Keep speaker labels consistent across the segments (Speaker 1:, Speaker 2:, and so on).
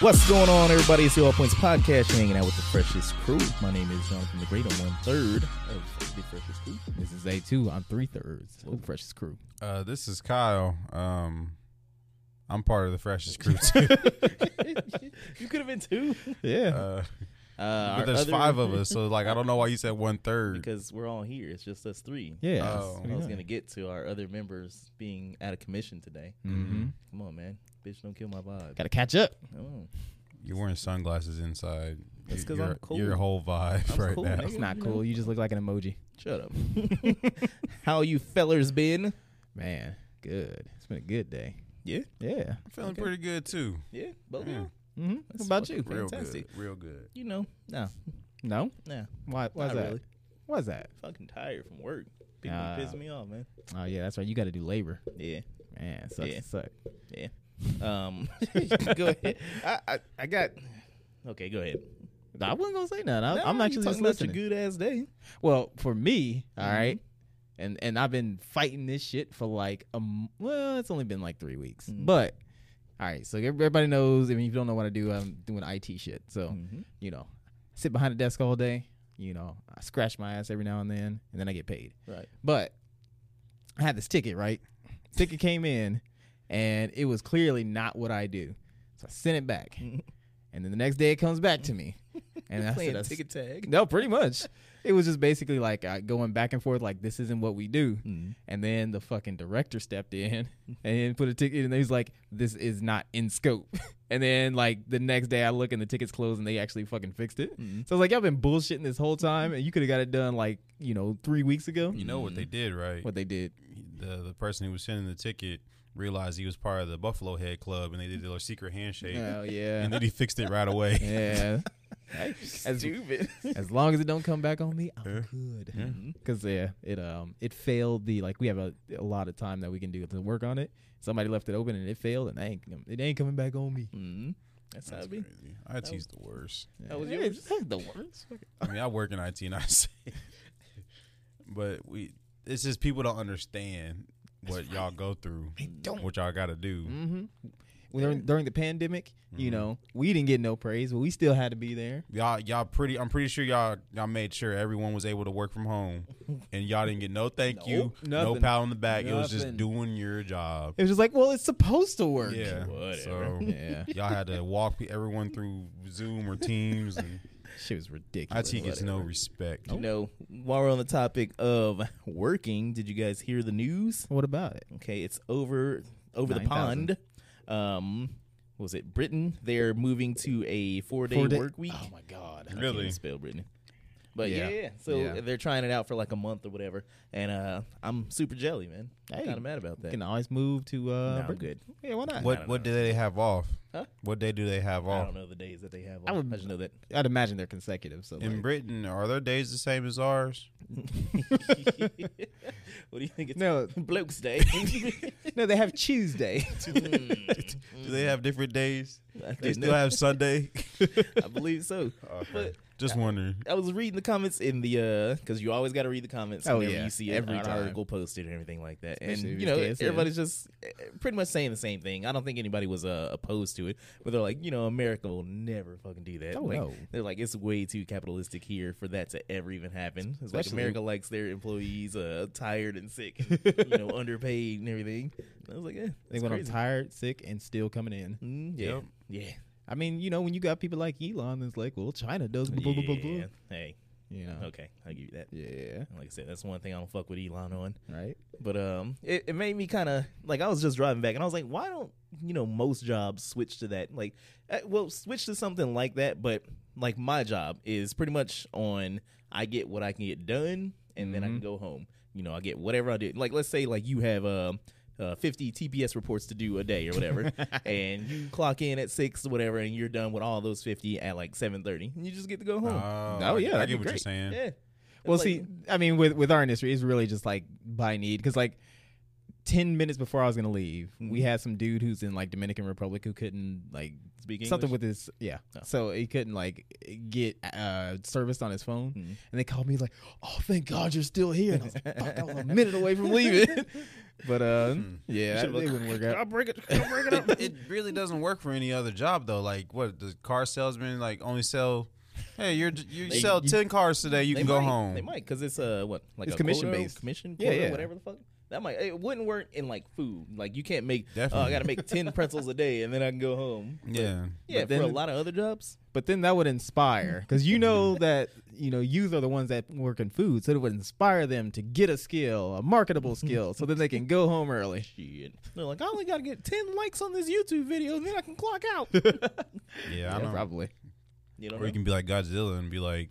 Speaker 1: What's going on, everybody? It's the All Points Podcast. You're hanging out with the freshest crew. My name is Jonathan the Great. I'm one third of the freshest crew.
Speaker 2: This is A2. I'm three thirds. Freshest crew.
Speaker 3: Uh, this is Kyle. Um, I'm part of the freshest crew too.
Speaker 1: you could have been two.
Speaker 2: Yeah.
Speaker 3: Uh,
Speaker 1: Uh,
Speaker 3: but
Speaker 1: our
Speaker 3: there's
Speaker 1: other-
Speaker 3: five of us, so like I don't know why you said one third.
Speaker 1: because we're all here. It's just us three.
Speaker 2: Yeah.
Speaker 3: Oh.
Speaker 1: I was gonna get to our other members being out of commission today.
Speaker 2: hmm
Speaker 1: Come on, man, bitch, don't kill my vibe.
Speaker 2: Gotta catch up.
Speaker 1: Come on.
Speaker 3: You're wearing sunglasses inside.
Speaker 1: That's
Speaker 3: You-
Speaker 1: 'cause
Speaker 3: your-
Speaker 1: I'm cool.
Speaker 3: Your whole vibe
Speaker 1: I'm
Speaker 3: right
Speaker 1: cool,
Speaker 3: now.
Speaker 1: nigga.
Speaker 2: That's not cool. You just look like an emoji.
Speaker 1: Shut up. How you fellers been?
Speaker 2: Man, good. It's been a good day.
Speaker 1: Yeah,
Speaker 2: Yeah.
Speaker 3: I'm feeling
Speaker 1: Okay.
Speaker 3: pretty good too.
Speaker 1: yeah, both of
Speaker 3: Yeah.
Speaker 1: y'all?
Speaker 2: Mm-hmm.
Speaker 1: That's
Speaker 2: What about you?
Speaker 1: fucking
Speaker 3: Real
Speaker 1: Fantastic.
Speaker 3: good. Real good.
Speaker 1: You know, nah,
Speaker 2: No.
Speaker 1: nah,
Speaker 2: Why? Why's
Speaker 1: not
Speaker 2: that?
Speaker 1: really.
Speaker 2: Why's that?
Speaker 1: Fucking tired from work. People
Speaker 2: Nah.
Speaker 1: piss me off, man.
Speaker 2: Oh yeah, that's right. You got to do labor.
Speaker 1: Yeah.
Speaker 2: Man, sucks
Speaker 1: Yeah.
Speaker 2: to suck.
Speaker 1: Um, go ahead. I, I I got. Okay, go ahead.
Speaker 2: I wasn't gonna say nothing. I,
Speaker 1: Nah,
Speaker 2: I'm
Speaker 1: you
Speaker 2: actually
Speaker 1: talking
Speaker 2: just
Speaker 1: about
Speaker 2: listening.
Speaker 1: your good ass day.
Speaker 2: Well, for me, all
Speaker 1: Mhm.
Speaker 2: right, and and I've been fighting this shit for like um. Well, it's only been like three weeks,
Speaker 1: Mhm.
Speaker 2: but all right. So everybody knows. I mean, if you don't know what I do, I'm doing IT shit. So
Speaker 1: Mhm.
Speaker 2: you know, sit behind a desk all day. You know, I scratch my ass every now and then, and then I get paid.
Speaker 1: Right.
Speaker 2: But I had this ticket, right? Ticket came in, and it was clearly not what I do. So I sent it back,
Speaker 1: Mhm.
Speaker 2: and then the next day it comes back to me, and I
Speaker 1: Playing
Speaker 2: said, "I
Speaker 1: ticket tag.
Speaker 2: no, pretty much. It was just basically like uh, going back and forth, like this isn't what we do.
Speaker 1: Mm.
Speaker 2: And then the fucking director stepped in and put a ticket, and he was like, "This is not in scope." And then like the next day, I look and the ticket's closed, and they actually fucking fixed it.
Speaker 3: Mm-hmm.
Speaker 1: Mm.
Speaker 2: So I was like, "Y'all been bullshitting this whole time, and you could have got it done like you know three weeks ago."
Speaker 3: You know what
Speaker 1: Mm.
Speaker 3: they did, right?
Speaker 2: What they did,
Speaker 3: The the person who was sending the ticket realized he was part of the Buffalo Head Club, and they did their secret handshake,
Speaker 2: oh
Speaker 3: and
Speaker 2: yeah,
Speaker 3: then he fixed it right away.
Speaker 2: yeah. As,
Speaker 1: Stupid.
Speaker 2: as long as it don't come back on me, I'm
Speaker 3: Yeah.
Speaker 2: good.
Speaker 3: Yeah.
Speaker 1: Mhm.
Speaker 2: Cause yeah, it um it failed the like we have a, a lot of time that we can do to work on it. Somebody left it open and it failed and I ain't it ain't coming back on me.
Speaker 1: Mhm. That's, how
Speaker 3: That's
Speaker 1: it be.
Speaker 3: crazy. IT's the worst.
Speaker 1: That was
Speaker 2: Yeah,
Speaker 1: yours?
Speaker 2: it's- that's the worst.
Speaker 3: I mean, I work in IT and I say, but we, it's just people don't understand what y'all go through,
Speaker 2: don't.
Speaker 3: what y'all got to do.
Speaker 2: Mm-hmm. During, during the pandemic, you
Speaker 3: Mhm.
Speaker 1: Mm-hmm.
Speaker 2: know, we didn't get no praise, but we still had to be there.
Speaker 3: Y'all, y'all pretty. I'm pretty sure y'all, y'all made sure everyone was able to work from home, and y'all didn't get no thank you,
Speaker 2: Nope. Nothing.
Speaker 3: no pat on the back. It was
Speaker 2: Nothing.
Speaker 3: just doing your job.
Speaker 2: It was just like, well, it's supposed to work.
Speaker 3: Yeah.
Speaker 1: Whatever.
Speaker 3: So
Speaker 2: yeah.
Speaker 3: y'all had to walk pe- everyone through Zoom or Teams, and
Speaker 2: She was ridiculous.
Speaker 3: IT gets no respect.
Speaker 1: You know, while we're on the topic of working, did you guys hear the news?
Speaker 2: What about it?
Speaker 1: Okay, it's over over the
Speaker 2: 9,000.
Speaker 1: pond. Um, was it Britain? They're moving to a four day
Speaker 2: Four day-
Speaker 1: work week.
Speaker 2: Oh my god.
Speaker 1: I can't
Speaker 3: Really?
Speaker 1: even spell Brittany. But yeah,
Speaker 2: Yeah.
Speaker 1: yeah, so
Speaker 2: Yeah.
Speaker 1: they're trying it out for like a month or whatever, and uh, I'm super jelly, man. I'm
Speaker 2: Hey.
Speaker 1: kind of mad about
Speaker 2: You
Speaker 1: that.
Speaker 2: can always move to
Speaker 1: No,
Speaker 2: uh
Speaker 1: I'm
Speaker 2: Britain.
Speaker 1: good.
Speaker 2: Yeah, why not?
Speaker 1: I
Speaker 3: What
Speaker 1: don't
Speaker 3: what
Speaker 1: know.
Speaker 3: do they have off?
Speaker 1: Huh?
Speaker 3: What day do they have
Speaker 1: I
Speaker 3: off?
Speaker 1: don't know the days that they have.
Speaker 2: I
Speaker 1: I,
Speaker 2: would-
Speaker 1: I just know that
Speaker 2: I'd imagine they're consecutive. So
Speaker 3: In
Speaker 2: like-
Speaker 3: Britain, are their days the same as ours?
Speaker 1: what do you think? It's
Speaker 2: No.
Speaker 1: Bloke's Day.
Speaker 2: No, they have Tuesday.
Speaker 3: Do they have different days?
Speaker 1: I,
Speaker 3: They
Speaker 1: didn't
Speaker 3: still
Speaker 1: know.
Speaker 3: have Sunday.
Speaker 1: I believe so.
Speaker 3: Oh,
Speaker 1: But
Speaker 3: Just wondering.
Speaker 1: I was reading the comments in the uh because you always got to read the comments
Speaker 2: Oh,
Speaker 1: whenever
Speaker 2: yeah.
Speaker 1: you see
Speaker 2: Every
Speaker 1: an
Speaker 2: time.
Speaker 1: article posted and everything like that.
Speaker 2: Especially
Speaker 1: and
Speaker 2: if
Speaker 1: you
Speaker 2: it's
Speaker 1: know,
Speaker 2: KSL.
Speaker 1: everybody's just uh, pretty much saying the same thing. I don't think anybody was uh, opposed to it, but they're like, you know, America will never fucking do that.
Speaker 2: Oh,
Speaker 1: like,
Speaker 2: no.
Speaker 1: They're like, it's way too capitalistic here for that to ever even happen. It's like
Speaker 2: Especially-
Speaker 1: America likes their employees uh, tired and sick, and, you know, underpaid and everything. I was like, yeah,
Speaker 2: They
Speaker 1: that's
Speaker 2: went on
Speaker 1: crazy.
Speaker 2: tired, sick, and still coming in.
Speaker 1: Mm, yeah,
Speaker 3: Yep.
Speaker 1: yeah,
Speaker 2: I mean, you know, when you got people like Elon, it's like, well, China does blah, blah, blah, blah, blah.
Speaker 1: yeah. Hey,
Speaker 2: You know.
Speaker 1: okay, I'll give you that.
Speaker 2: Yeah.
Speaker 1: Like I said, that's one thing I don't fuck with Elon on.
Speaker 2: Right?
Speaker 1: But um, it, it made me kind of like I was just driving back, and I was like, why don't you know most jobs switch to that? Like, uh, well, switch to something like that. But like my job is pretty much on I get what I can get done, and then I can
Speaker 2: Mhm.
Speaker 1: go home. You know, I get whatever I did. Like, let's say like you have um. Uh, 50 TPS reports to do a day or whatever, and you clock in at six or whatever, and you're done with all those 50 at like 7:30, and you just get to go home.
Speaker 2: Oh, yeah,
Speaker 3: I
Speaker 2: that'd be
Speaker 3: get what you're
Speaker 2: great.
Speaker 3: saying.
Speaker 1: yeah. It's
Speaker 2: Well,
Speaker 1: like-
Speaker 2: see, I mean, with, with our industry, it's really just like by need. Because, like, ten minutes before I was gonna leave,
Speaker 1: Mm-hmm.
Speaker 2: we had some dude who's in like Dominican Republic who couldn't like
Speaker 1: Speak
Speaker 2: something
Speaker 1: English?
Speaker 2: with his yeah,
Speaker 1: Oh.
Speaker 2: so he couldn't like get uh serviced on his phone,
Speaker 1: Mhm.
Speaker 2: and they called me like, "Oh, thank God you're still here!" And I was, like, Fuck, I was a minute away from leaving, but uh, yeah, it
Speaker 1: Hmm. Should've
Speaker 2: wouldn't work out.
Speaker 1: I'll break it. I'll break it up.
Speaker 3: it, it really doesn't work for any other job though. Like what the car salesman like only sell. Hey, you're you
Speaker 1: They-
Speaker 3: sell ten cars today. You
Speaker 1: They
Speaker 3: can go
Speaker 1: might-
Speaker 3: home.
Speaker 1: They might because it's uh what like
Speaker 2: It's
Speaker 1: a quota,
Speaker 2: commission-based.
Speaker 1: commission,
Speaker 2: Yeah,
Speaker 1: quota,
Speaker 2: yeah.
Speaker 1: whatever the fuck. That might it wouldn't work in like food. Like you can't make. Oh, I
Speaker 3: Definitely.
Speaker 1: gotta make ten pretzels a day and then I can go home. But,
Speaker 3: Yeah.
Speaker 1: yeah.
Speaker 2: But
Speaker 1: for a
Speaker 2: then-
Speaker 1: lot of other jobs,
Speaker 2: But then that would inspire, because you know
Speaker 3: Mm-hmm.
Speaker 2: that you know youth are the ones that work in food, so it would inspire them to get a skill, a marketable
Speaker 3: Mm-hmm.
Speaker 2: skill, so then they can go home early.
Speaker 1: shit. They're like, I only gotta get ten likes on this YouTube video and then I can clock out.
Speaker 3: Yeah, I
Speaker 2: Yeah,
Speaker 3: don't.
Speaker 2: probably.
Speaker 1: You know.
Speaker 3: Or you can be like Godzilla and be like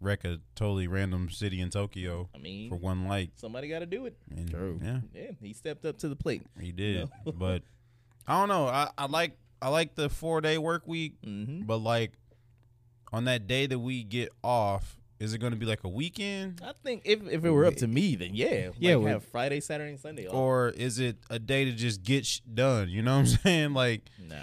Speaker 3: wreck a totally random city in Tokyo
Speaker 1: I mean,
Speaker 3: for one like.
Speaker 1: somebody gotta do it.
Speaker 3: And,
Speaker 2: True.
Speaker 3: Yeah,
Speaker 1: Yeah, he stepped up to the plate.
Speaker 3: he did. But I don't know. I, I like I like the four day work week,
Speaker 1: Mm-hmm.
Speaker 3: but like on that day that we get off, is it going to be like a weekend?
Speaker 1: I think if if it were up to me, then yeah,
Speaker 2: Yeah,
Speaker 1: like,
Speaker 2: we-
Speaker 1: have Friday, Saturday, and Sunday. off.
Speaker 3: Or is it a day to just get sh- done? You know what I'm saying? Like
Speaker 1: nah,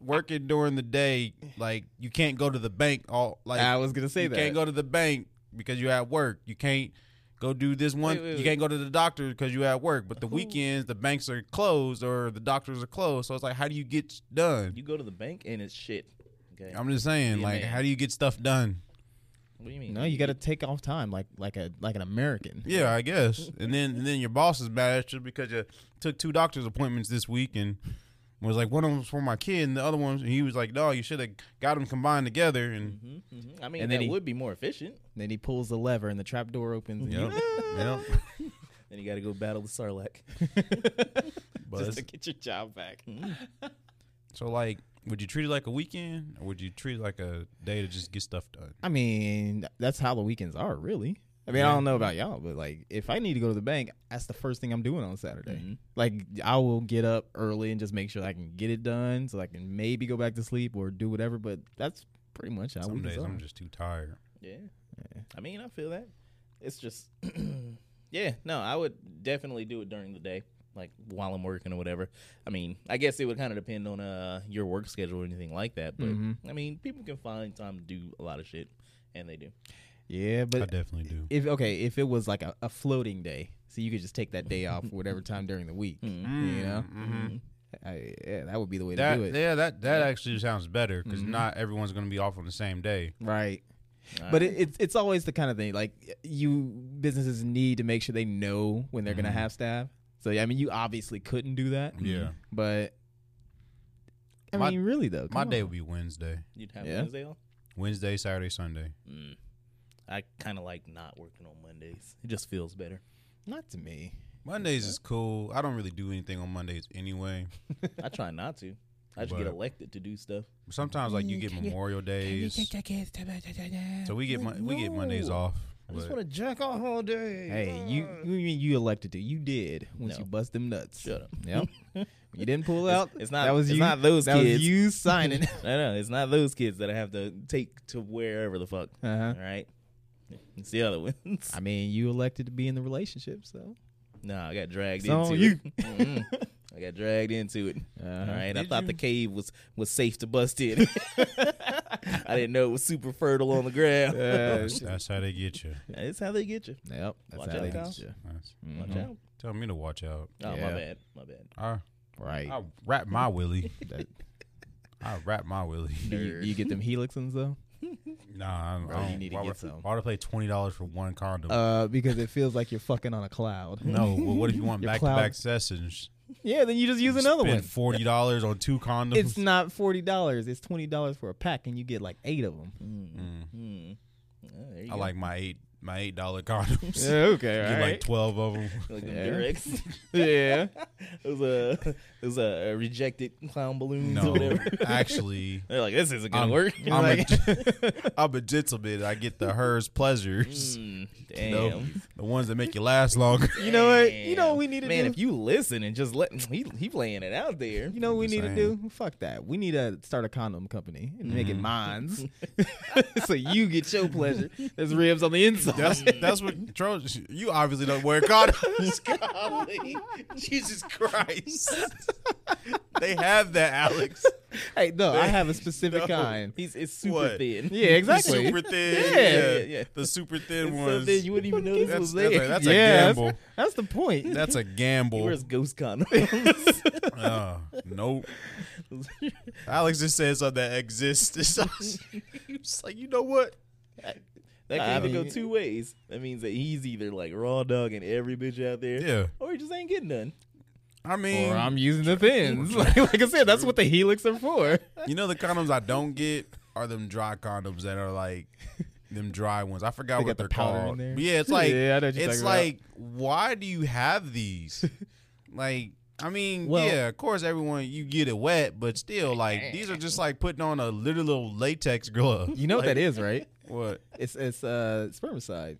Speaker 3: working during the day, like you can't go to the bank all like
Speaker 2: I was gonna say
Speaker 3: you
Speaker 2: that.
Speaker 3: can't go to the bank because you're at work. You can't go do this one.
Speaker 1: Wait, wait,
Speaker 3: You
Speaker 1: wait.
Speaker 3: can't go to the doctor because you're at work. But the
Speaker 1: Who-
Speaker 3: weekends, the banks are closed or the doctors are closed. So it's like, how do you get done?
Speaker 1: you go to the bank and it's shit. Okay,
Speaker 3: I'm just saying,
Speaker 1: Be a
Speaker 3: like,
Speaker 1: man.
Speaker 3: how do you get stuff done?
Speaker 1: what do you mean?
Speaker 2: no, you got to take off time, like like a like an American.
Speaker 3: Yeah, I guess. And then and then your boss is mad at you because you took two doctor's appointments this week and was like, one of them's for my kid and the other one's, and he was like, no, you should have got them combined together. And
Speaker 1: hmm I mean,
Speaker 2: And then
Speaker 1: that
Speaker 2: he-
Speaker 1: would be more efficient.
Speaker 2: Then he pulls the lever, and the trap door opens. and you-
Speaker 3: Yep. yep.
Speaker 1: Then you got to go battle the Sarlacc.
Speaker 3: But
Speaker 2: just
Speaker 3: it's-
Speaker 2: to get your job back.
Speaker 1: Mm-hmm.
Speaker 3: so, like, would you treat it like a weekend or would you treat it like a day to just get stuff done?
Speaker 2: I mean, that's how the weekends are, really. I mean, I don't know about y'all, but like, if I need to go to the bank, that's the first thing I'm doing on Saturday.
Speaker 3: Mm-hmm.
Speaker 1: Mhm.
Speaker 2: Like, I will get up early and just make sure I can get it done, so I can maybe go back to sleep or do whatever. But that's pretty much how
Speaker 3: Some
Speaker 2: we
Speaker 3: days
Speaker 2: are.
Speaker 3: I'm just too tired.
Speaker 1: Yeah. I mean, I feel that. It's just, yeah, no, I would definitely do it during the day, like while I'm working or whatever. I mean, I guess it would kind of depend on uh your work schedule or anything like that. But
Speaker 2: Mhm.
Speaker 1: I mean, people can find time to do a lot of shit, and they do.
Speaker 2: yeah,
Speaker 3: I
Speaker 2: but
Speaker 3: definitely do.
Speaker 2: if okay, if it was like a, a floating day, so you could just take that day off whatever time during the week, you know, I, yeah, that would be the way
Speaker 3: Hmm. Mm-hmm.
Speaker 2: to Mm-hmm. do
Speaker 3: Mm. That
Speaker 2: it, Mm-hmm.
Speaker 3: yeah, that that actually sounds better because not everyone's gonna be off on the same day.
Speaker 2: right?
Speaker 1: All
Speaker 2: But
Speaker 1: right.
Speaker 2: it, it's it's always the kind of thing like you businesses need to make sure they know when they're
Speaker 1: Mm-hmm.
Speaker 2: gonna have staff. So I mean, you obviously couldn't do that,
Speaker 3: Yeah,
Speaker 2: but I
Speaker 3: My-
Speaker 2: mean, really though,
Speaker 3: my
Speaker 2: come
Speaker 3: day
Speaker 2: on.
Speaker 3: would be Wednesday,
Speaker 1: you'd have
Speaker 2: yeah.
Speaker 1: Wednesday off.
Speaker 3: Wednesday, Saturday, Sunday.
Speaker 1: Mm. I kind of like not working on Mondays. It just feels better.
Speaker 2: not to me.
Speaker 3: Mondays is cool. I don't really do anything on Mondays anyway.
Speaker 1: I try not to. I just get
Speaker 3: But-
Speaker 1: elected to do stuff.
Speaker 3: Sometimes like you get Memorial Days, so we get mon- we get Mondays off. but-
Speaker 1: to jack off all day.
Speaker 2: Hey, you you mean you elected to? You did once
Speaker 1: No.
Speaker 2: you bust them nuts.
Speaker 1: Shut up.
Speaker 2: Yep. you didn't pull out.
Speaker 1: it's not-
Speaker 2: That was
Speaker 1: it's
Speaker 2: you,
Speaker 1: not those
Speaker 2: that
Speaker 1: kids.
Speaker 2: was you signing.
Speaker 1: I know it's not those kids that I have to take to wherever the fuck.
Speaker 2: uh-huh.
Speaker 1: All right, it's the other ones.
Speaker 2: I mean, you elected to be in the relationship, so
Speaker 1: No, I got dragged
Speaker 2: It's on
Speaker 1: into
Speaker 2: you. Uh-huh.
Speaker 1: it. Mm-mm. I got dragged into it. All right, I
Speaker 3: Did
Speaker 1: thought
Speaker 3: you?
Speaker 1: the cave was was safe to bust in. I didn't know it was super fertile on the ground.
Speaker 3: that's, that's how they get you.
Speaker 1: That's how they get you.
Speaker 2: Yep, that's
Speaker 1: Watch
Speaker 2: how
Speaker 1: out,
Speaker 2: they
Speaker 1: Kyle.
Speaker 2: get you.
Speaker 3: That's-
Speaker 1: Watch
Speaker 2: Mhm.
Speaker 1: out.
Speaker 3: Tell me to watch out.
Speaker 1: Oh my
Speaker 2: Yeah.
Speaker 1: bad, my bad.
Speaker 3: I
Speaker 2: Right.
Speaker 3: I wrap my willy.
Speaker 2: That-
Speaker 3: I wrap my willy.
Speaker 2: Do you, do you get them helixins though?
Speaker 3: Nah, I, don't-
Speaker 2: Bro,
Speaker 3: I
Speaker 2: you
Speaker 3: don't-
Speaker 2: need to
Speaker 3: why
Speaker 2: get
Speaker 3: would-
Speaker 2: some.
Speaker 3: Why would I pay twenty dollars for one condom?
Speaker 2: Uh, because it feels like you're fucking on a cloud.
Speaker 3: No, well, what if you want
Speaker 2: Your
Speaker 3: back to back sessions?
Speaker 2: Yeah, then you just use another
Speaker 3: Spend
Speaker 2: one.
Speaker 3: forty dollars on two condoms.
Speaker 2: It's not forty dollars. It's twenty dollars for a pack, and you get like eight of them.
Speaker 3: Mm.
Speaker 1: Mm. Oh, there you
Speaker 3: I
Speaker 1: go.
Speaker 3: like my eight my eight dollar condoms.
Speaker 2: okay,
Speaker 3: Get like twelve of them.
Speaker 1: like them
Speaker 2: Yeah.
Speaker 1: Durex.
Speaker 2: yeah.
Speaker 1: It was a it was a uh, rejected clown balloons or
Speaker 3: No,
Speaker 1: whatever.
Speaker 3: actually,
Speaker 1: They're like, this isn't gonna
Speaker 3: I'm,
Speaker 1: work.
Speaker 3: I'm, a, I'm a gentleman. I get the hers pleasures.
Speaker 1: Mm,
Speaker 3: You
Speaker 1: damn.
Speaker 3: know, the ones that make you last longer.
Speaker 2: You know what? You know what we need to
Speaker 1: Damn. Man,
Speaker 2: do.
Speaker 1: if you listen and just let he he laying it out there.
Speaker 2: you know what we
Speaker 3: Just
Speaker 2: need to do? Fuck that. We need to start a
Speaker 3: Mm.
Speaker 2: condom company and make it mines, so you get your pleasure. There's ribs on the
Speaker 3: That's that's
Speaker 1: Mm.
Speaker 3: what Trojan. You obviously don't wear condoms.
Speaker 4: Golly. Jesus Christ.
Speaker 3: they have that, Alex.
Speaker 2: Hey, no, I have a
Speaker 3: No.
Speaker 2: specific kind.
Speaker 1: He's it's super
Speaker 3: What?
Speaker 1: thin.
Speaker 2: Yeah,
Speaker 3: The
Speaker 2: exactly.
Speaker 3: super thin.
Speaker 2: Yeah,
Speaker 3: Yeah,
Speaker 1: yeah, yeah.
Speaker 3: The super thin
Speaker 1: It's so
Speaker 3: ones.
Speaker 1: thin you wouldn't even notice
Speaker 3: that's,
Speaker 1: was
Speaker 3: that's,
Speaker 1: there.
Speaker 3: a, that's a
Speaker 2: Yeah, that's-
Speaker 3: gamble.
Speaker 2: That's the point.
Speaker 3: That's a
Speaker 1: he
Speaker 3: gamble.
Speaker 1: wears ghost condoms.
Speaker 3: Uh, nope. Alex just said something that exists. It's just- it's like, you know what?
Speaker 1: that
Speaker 2: I
Speaker 1: can either go
Speaker 2: mean-
Speaker 1: two ways. That means that he's either like raw dog and every bitch out there,
Speaker 3: Yeah.
Speaker 1: or he just ain't getting none.
Speaker 3: I mean,
Speaker 2: Or I'm using the thins. Like, like I said, that's what the helix are for.
Speaker 3: you know, the condoms I don't get are them dry condoms that are like them dry ones. I forgot
Speaker 2: They
Speaker 3: what
Speaker 2: got the
Speaker 3: they're
Speaker 2: powder in
Speaker 3: called.
Speaker 2: there?
Speaker 3: Yeah, it's like,
Speaker 2: Yeah, I know what you're talking
Speaker 3: it's
Speaker 2: about.
Speaker 3: like, why do you have these? like, I mean,
Speaker 1: Well-
Speaker 3: yeah, of course, everyone you get it wet, but still, like, these are just like putting on a little, little latex glove.
Speaker 2: You know what that is, right?
Speaker 3: What?
Speaker 2: It's it's uh spermicide.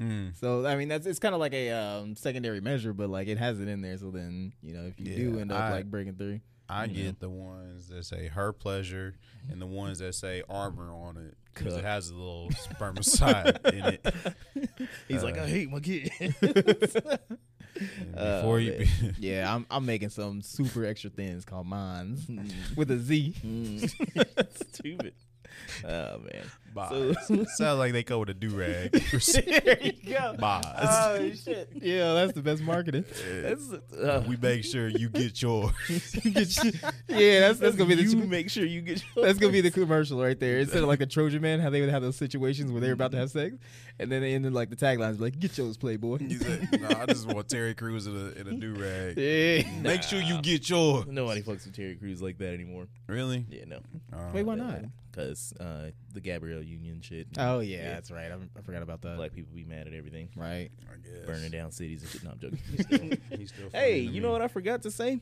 Speaker 3: Hmm.
Speaker 2: So I mean that's it's kind of like a um, secondary measure, but like it has it in there. So then you know if you do
Speaker 3: Yeah,
Speaker 2: end up
Speaker 3: I-
Speaker 2: like breaking through,
Speaker 3: I get the ones that say her pleasure and the ones that say armor on it because it
Speaker 2: Cuck.
Speaker 3: has a little spermicide in it.
Speaker 1: He's like, I hate my kid.
Speaker 3: And
Speaker 1: Oh,
Speaker 3: Before you,
Speaker 2: yeah, I'm I'm making some super extra thins called mines with a Z.
Speaker 1: Mm. Stupid. Oh man.
Speaker 3: Bye. sounds like they go with a do rag.
Speaker 1: there you go.
Speaker 2: Uh,
Speaker 3: Bye.
Speaker 1: Oh shit.
Speaker 2: Yeah, that's the best marketing.
Speaker 1: That's, uh,
Speaker 3: we make sure you get yours.
Speaker 2: yeah, that's that's gonna be
Speaker 1: you
Speaker 2: the
Speaker 1: make sure you get. Your
Speaker 2: That's gonna be the commercial right there. Instead of like the Trojan Man, how they would have those situations where they're about to have sex, and then they ended like the taglines like "Get yours, Playboy."
Speaker 3: You said, nah, I just want Terry Crews in a, in a do rag.
Speaker 2: yeah.
Speaker 3: Make sure you get yours.
Speaker 1: Nobody fucks with Terry Crews like that anymore.
Speaker 3: Really?
Speaker 1: Yeah, no.
Speaker 3: Uh,
Speaker 2: Wait, why not?
Speaker 1: Because uh, the Gabrielle Union shit.
Speaker 2: Oh yeah, that's right. I'm, I forgot about that.
Speaker 1: Black people be mad at everything.
Speaker 2: right.
Speaker 3: I guess.
Speaker 1: Burning down cities and shit. No, I'm joking.
Speaker 3: He's still funny
Speaker 1: hey,
Speaker 3: to
Speaker 1: you know
Speaker 3: me.
Speaker 1: what I forgot to say?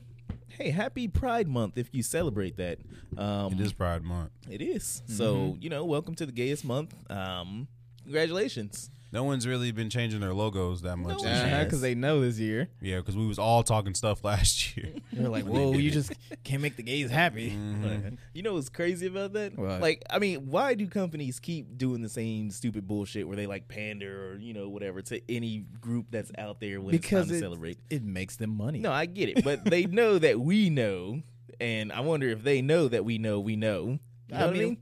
Speaker 1: Hey, happy Pride Month if you celebrate that. Um,
Speaker 3: It is Pride Month.
Speaker 1: It is. So, you know, welcome to the gayest month. Um, congratulations.
Speaker 3: No one's really been changing their logos that much. this
Speaker 1: one has.
Speaker 3: year.
Speaker 2: Uh-huh, Because they know this year.
Speaker 3: Yeah, because we was all talking stuff last year.
Speaker 2: They're like, "Whoa, you just can't make the gays happy."
Speaker 1: Mm-hmm. You know what's crazy about that?
Speaker 2: What?
Speaker 1: Like, I mean, why do companies keep doing the same stupid bullshit where they like pander or, you know, whatever to any group that's out there when it's
Speaker 2: Because
Speaker 1: time to
Speaker 2: it,
Speaker 1: celebrate?
Speaker 2: it makes them money.
Speaker 1: No, I get it, but they know that we know, and I wonder if they know that we know we know. You know
Speaker 2: I
Speaker 1: what I
Speaker 2: mean,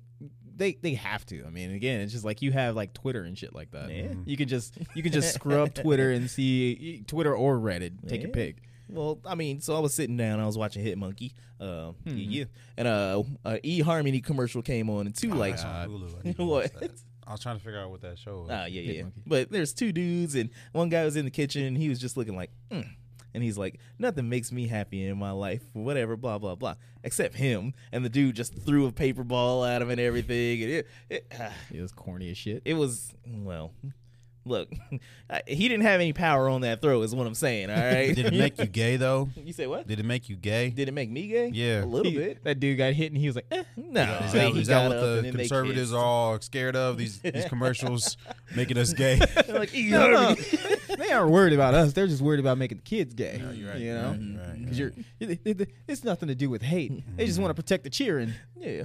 Speaker 2: they they have to. I mean, again, it's just like you have like Twitter and shit like that.
Speaker 1: Yeah.
Speaker 2: You can just you can just scrub Twitter and see Twitter or Reddit. Take
Speaker 1: Yeah.
Speaker 2: a pick.
Speaker 1: Well, I mean, so I was sitting down, I was watching Hit Monkey, uh, yeah, yeah, and uh, uh, E Harmony commercial came on, and two like, uh, what?
Speaker 3: I was trying to figure out what that show was.
Speaker 1: Ah, yeah, yeah.
Speaker 2: Monkey.
Speaker 1: But there's two dudes, and one guy was in the kitchen, and he was just looking like, mm. and he's like, nothing makes me happy in my life, whatever, blah blah blah, except him. And the dude just threw a paper ball at him and everything, and it, it ah,
Speaker 2: It was corny as shit.
Speaker 1: it was well. Look, I- he didn't have any power on that throw, is what I'm saying. All right.
Speaker 3: Did it make you gay though?
Speaker 1: you say what?
Speaker 3: Did it make you gay?
Speaker 1: Did it make me gay?
Speaker 3: Yeah.
Speaker 1: a little
Speaker 2: He-
Speaker 1: bit.
Speaker 2: That dude got hit and he was like, eh.
Speaker 1: No,
Speaker 3: is
Speaker 1: They-
Speaker 3: that,
Speaker 1: he
Speaker 3: is that
Speaker 1: got
Speaker 3: what
Speaker 1: up and
Speaker 3: the
Speaker 1: then they
Speaker 3: conservatives
Speaker 1: kissed.
Speaker 3: are all scared of? These these commercials making us gay.
Speaker 1: They're like, "E,
Speaker 2: No, no.
Speaker 1: Harmony."
Speaker 2: they aren't worried about us. They're just worried about making the kids gay.
Speaker 3: you're right,
Speaker 2: you
Speaker 3: you're
Speaker 2: know,
Speaker 3: right,
Speaker 1: Mm-hmm.
Speaker 3: you're right, Mm-hmm. you're
Speaker 2: 'Cause you're- it- it- it- it's nothing to do with hate. They just want to protect the cheering.
Speaker 1: yeah,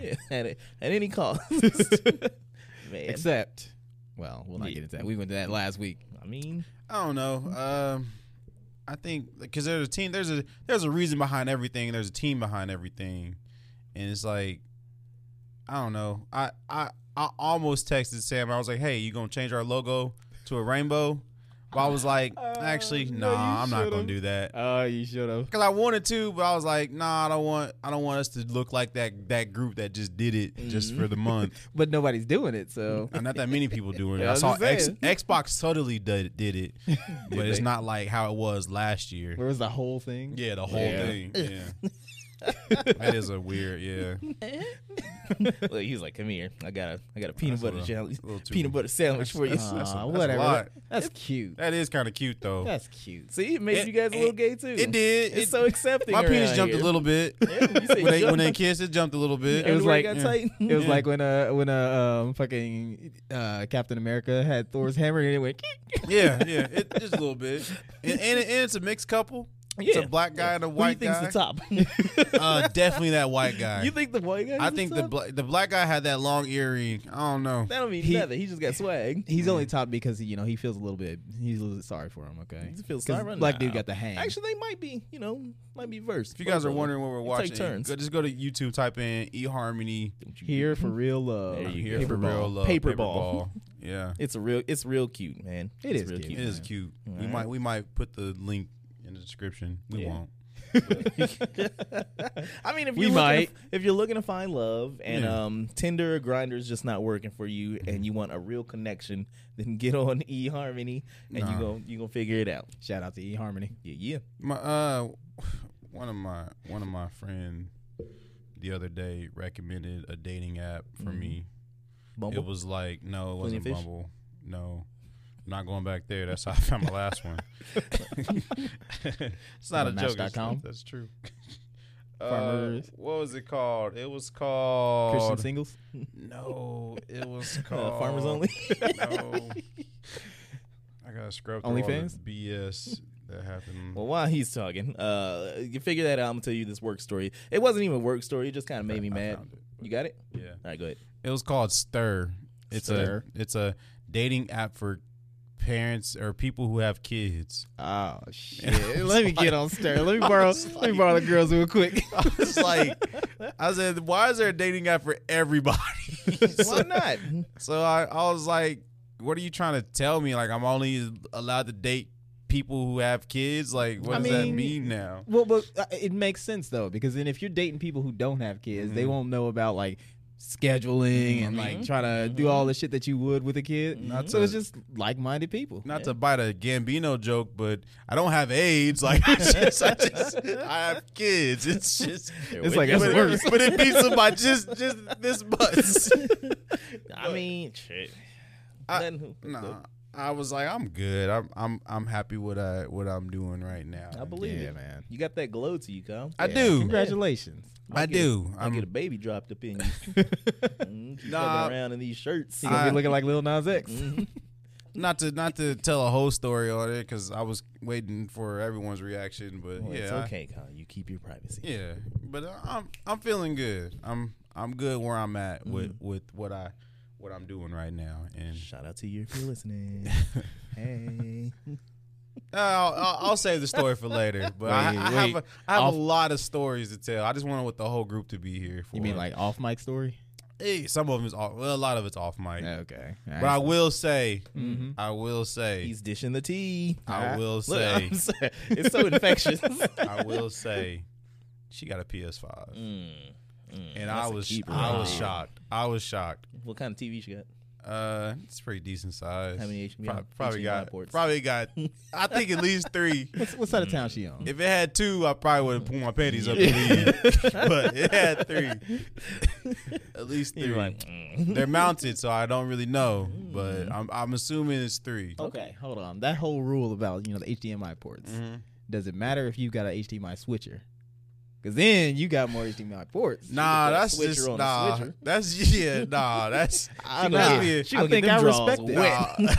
Speaker 1: yeah, at, a- at any cost. Man,
Speaker 2: Except, well, we'll not
Speaker 1: Yeah.
Speaker 2: get into that. We went to that last week.
Speaker 1: I mean,
Speaker 3: I don't know. Um, I think because there's a team. There's a there's a reason behind everything. There's a team behind everything, and it's like I don't know. I I I almost texted Sam. I was like, "Hey, you gonna change our logo to a rainbow?" But I was like, "Actually,
Speaker 2: no, Uh,
Speaker 3: nah,
Speaker 2: you
Speaker 3: I'm not gonna
Speaker 2: should've.
Speaker 3: do that."
Speaker 2: Oh, you should have.
Speaker 3: Cause I wanted to, but I was like, nah, I don't want, I don't want us to look like that that group that just did it just for the
Speaker 2: Mm-hmm.
Speaker 3: month.
Speaker 2: But nobody's doing it, so
Speaker 3: Uh, not that many people doing it.
Speaker 2: Yeah, I
Speaker 3: I
Speaker 2: was
Speaker 3: saw
Speaker 2: just
Speaker 3: X,
Speaker 2: saying.
Speaker 3: Xbox subtly did, did it, but it's not like how it was last year.
Speaker 2: where was the whole thing?
Speaker 3: Yeah, the whole
Speaker 2: Yeah.
Speaker 3: thing. Yeah, that is a weird. Yeah,
Speaker 1: look, he was like, "Come here, I got a, I got a peanut
Speaker 3: That's a
Speaker 1: butter
Speaker 3: little-
Speaker 1: challenge,
Speaker 3: little too-
Speaker 1: peanut butter sandwich for you."
Speaker 2: Aw,
Speaker 3: That's a- that's a
Speaker 2: whatever.
Speaker 3: lot.
Speaker 2: That's cute.
Speaker 3: that is kind of cute though.
Speaker 2: That's cute.
Speaker 1: See, it made
Speaker 3: It-
Speaker 1: you guys a little
Speaker 3: it-
Speaker 1: gay too.
Speaker 3: it did.
Speaker 1: It's
Speaker 3: It-
Speaker 1: so accepting.
Speaker 3: My penis
Speaker 1: around
Speaker 3: jumped
Speaker 1: here.
Speaker 3: a little bit
Speaker 1: you said
Speaker 3: when they when
Speaker 1: jumped.
Speaker 3: they kissed. It jumped a little bit.
Speaker 1: It was
Speaker 2: like-
Speaker 1: like got
Speaker 3: yeah.
Speaker 1: tight.
Speaker 2: It was
Speaker 3: Yeah.
Speaker 2: like when uh when uh um fucking uh Captain America had Thor's hammer and it went.
Speaker 3: Yeah, yeah, it, just a little bit, and, and, and it's a mixed couple.
Speaker 1: Yeah.
Speaker 3: It's a black guy and a white
Speaker 1: Who you think's
Speaker 3: guy.
Speaker 1: the top?
Speaker 3: Uh, definitely that white guy.
Speaker 1: you think the white guy?
Speaker 3: I
Speaker 1: is
Speaker 3: think
Speaker 1: the
Speaker 3: the
Speaker 1: top?
Speaker 3: bla- the black guy had that long earring. I don't know.
Speaker 1: that don't mean
Speaker 2: he-
Speaker 1: nothing. He just got swag.
Speaker 2: He's only top because you know he feels a little bit. He's a little bit sorry for him. Okay,
Speaker 1: He feels
Speaker 2: 'Cause
Speaker 1: sorry for-
Speaker 2: Black
Speaker 1: nah.
Speaker 2: dude got the hang.
Speaker 1: Actually, they might be. You know, might be versed.
Speaker 3: If you guys
Speaker 1: Both
Speaker 3: are
Speaker 1: of them.
Speaker 3: wondering what we're
Speaker 1: Take
Speaker 3: watching,
Speaker 1: turns.
Speaker 3: go- just go to YouTube, type in eHarmony. uh,
Speaker 2: here for real love.
Speaker 1: There you
Speaker 3: Here for
Speaker 1: go. Paper
Speaker 3: real
Speaker 1: ball.
Speaker 3: love.
Speaker 1: Paper ball.
Speaker 3: Yeah,
Speaker 1: it's a real. It's real cute, man.
Speaker 2: It
Speaker 1: it's
Speaker 2: is
Speaker 1: real
Speaker 2: cute.
Speaker 3: it
Speaker 1: cute.
Speaker 3: is cute. We
Speaker 1: Alright.
Speaker 3: might we might put the link in the description. We
Speaker 1: Yeah.
Speaker 3: won't.
Speaker 1: I mean, if
Speaker 2: We
Speaker 1: you
Speaker 2: might.
Speaker 1: if you're looking to find love and
Speaker 3: Yeah.
Speaker 1: um Tinder or Grinder's just not working for you, and you want a real connection, then get on eHarmony and you
Speaker 3: Nah.
Speaker 1: go you gonna figure it out.
Speaker 2: Shout out to eHarmony.
Speaker 1: Yeah, yeah.
Speaker 3: My uh, one of my one of my friend the other day recommended a dating app for
Speaker 1: Mm-hmm.
Speaker 3: me.
Speaker 1: Bumble.
Speaker 3: It was like no, it
Speaker 1: Plenty of
Speaker 3: wasn't
Speaker 1: Fish?
Speaker 3: Bumble. No, I'm not going back there. That's how I found my last one. it's not a
Speaker 2: On
Speaker 3: joke.
Speaker 2: Match.com?
Speaker 3: It's- That's true. Uh,
Speaker 2: Farmers.
Speaker 3: what was it called? It was called
Speaker 2: Christian singles.
Speaker 3: No, it was
Speaker 1: Uh,
Speaker 3: called
Speaker 1: farmers only.
Speaker 3: no. I gotta scrub through all
Speaker 2: OnlyFans?
Speaker 3: the BS that happened.
Speaker 1: Well, while he's talking, uh, you figure that out. I'm gonna tell you this work story. It wasn't even a work story. It just kind of made me
Speaker 3: I
Speaker 1: mad.
Speaker 3: found it.
Speaker 1: You got it?
Speaker 3: Yeah.
Speaker 1: All right, go ahead.
Speaker 3: It was called Stir. It's
Speaker 2: Stir.
Speaker 3: a it's a dating app for parents or people who have kids.
Speaker 2: Oh shit! Let me get on stir. Let me borrow. let me borrow the girls real quick.
Speaker 3: I was like, I said, why is there a dating app for everybody?
Speaker 1: Why
Speaker 3: so,
Speaker 1: not?
Speaker 3: so I, I was like, what are you trying to tell me? Like, I'm only allowed to date people who have kids. Like, what
Speaker 2: I
Speaker 3: does that
Speaker 2: mean-
Speaker 3: mean now?
Speaker 2: Well, but uh, it makes sense though, because then if you're dating people who don't have kids, they won't know about like scheduling and like trying to do all the shit that you would with a kid.
Speaker 3: Not
Speaker 2: so it's
Speaker 3: to-
Speaker 2: just like-minded people.
Speaker 3: Not to bite a Gambino joke, but I don't have AIDS. Like, it's just, I, just, I have kids. It's just,
Speaker 2: It's like
Speaker 1: But-
Speaker 2: that's
Speaker 3: but,
Speaker 2: worse.
Speaker 3: but it beats them by just just this much.
Speaker 1: I mean, shit.
Speaker 3: I-
Speaker 1: Nothing-
Speaker 3: nah, I was like, I'm good. I'm I'm I'm happy with I what I'm doing right now.
Speaker 1: I believe
Speaker 2: Yeah,
Speaker 1: it,
Speaker 2: man.
Speaker 1: You got that glow to you, Kyle.
Speaker 3: I do.
Speaker 2: Congratulations.
Speaker 3: I do.
Speaker 1: I get a
Speaker 3: I'm,
Speaker 1: baby dropped up in you. Mm, keep
Speaker 3: Nah.
Speaker 1: fucking around in these shirts.
Speaker 2: He's gonna
Speaker 3: I-
Speaker 2: be looking like Lil Nas X.
Speaker 3: not to not to tell a whole story on it because I was waiting for everyone's reaction, but
Speaker 1: Well,
Speaker 3: yeah,
Speaker 1: it's
Speaker 3: I-
Speaker 1: okay, Kyle. You keep your privacy.
Speaker 3: yeah. But I'm I'm feeling good. I'm I'm good where I'm at
Speaker 1: Mm-hmm.
Speaker 3: with with what I what I'm doing right now, and
Speaker 1: Shout out to you if you're listening. hey.
Speaker 3: Uh, I'll, I'll- I'll save the story for later. But I,
Speaker 2: Wait,
Speaker 3: I
Speaker 2: wait.
Speaker 3: have, a, I have
Speaker 2: Off-
Speaker 3: a lot of stories to tell. I just wanted with the whole group to be here. For
Speaker 2: You mean like off mic story?
Speaker 3: Eh, some of them is off? Well, a lot of it's off mic.
Speaker 2: Okay. All
Speaker 3: But I will say,
Speaker 2: Mhm.
Speaker 3: I will say,
Speaker 1: He's dishing the tea.
Speaker 3: I will
Speaker 1: Look,
Speaker 3: say,
Speaker 1: I'm sorry. it's so infectious.
Speaker 3: I will say, she got a PS5,
Speaker 1: Mm, mm.
Speaker 3: and
Speaker 1: That's
Speaker 3: I
Speaker 1: a
Speaker 3: was
Speaker 1: keeper
Speaker 3: I
Speaker 1: right
Speaker 3: was
Speaker 1: there.
Speaker 3: shocked. I was shocked.
Speaker 1: What kind of TV she got?
Speaker 3: Uh, it's pretty decent size.
Speaker 1: How many HDMI
Speaker 3: Pro- probably
Speaker 1: HDMI
Speaker 3: got
Speaker 1: ports?
Speaker 3: probably got. I think at least three.
Speaker 2: What's, what side of town she on?
Speaker 3: If it had two, I probably would have pulled my panties up and leave. but it had three. At least
Speaker 1: You're Mm.
Speaker 3: three.
Speaker 1: like, mm.
Speaker 3: They're mounted, so I don't really know. But I'm I'm assuming it's three.
Speaker 2: Okay, hold on. That whole rule about you know the HDMI ports. Does it matter if you got an HDMI switcher? Because then you got more HDMI ports.
Speaker 3: Nah,
Speaker 1: put that
Speaker 3: that's
Speaker 1: switcher
Speaker 3: just
Speaker 1: on the
Speaker 3: nah.
Speaker 1: switcher.
Speaker 3: That's yeah, nah. That's
Speaker 2: I,
Speaker 3: gonna
Speaker 2: nah,
Speaker 3: get it.
Speaker 1: She
Speaker 2: I
Speaker 1: gonna get
Speaker 2: think
Speaker 1: them
Speaker 2: I
Speaker 1: draws
Speaker 2: respect it.
Speaker 1: wet.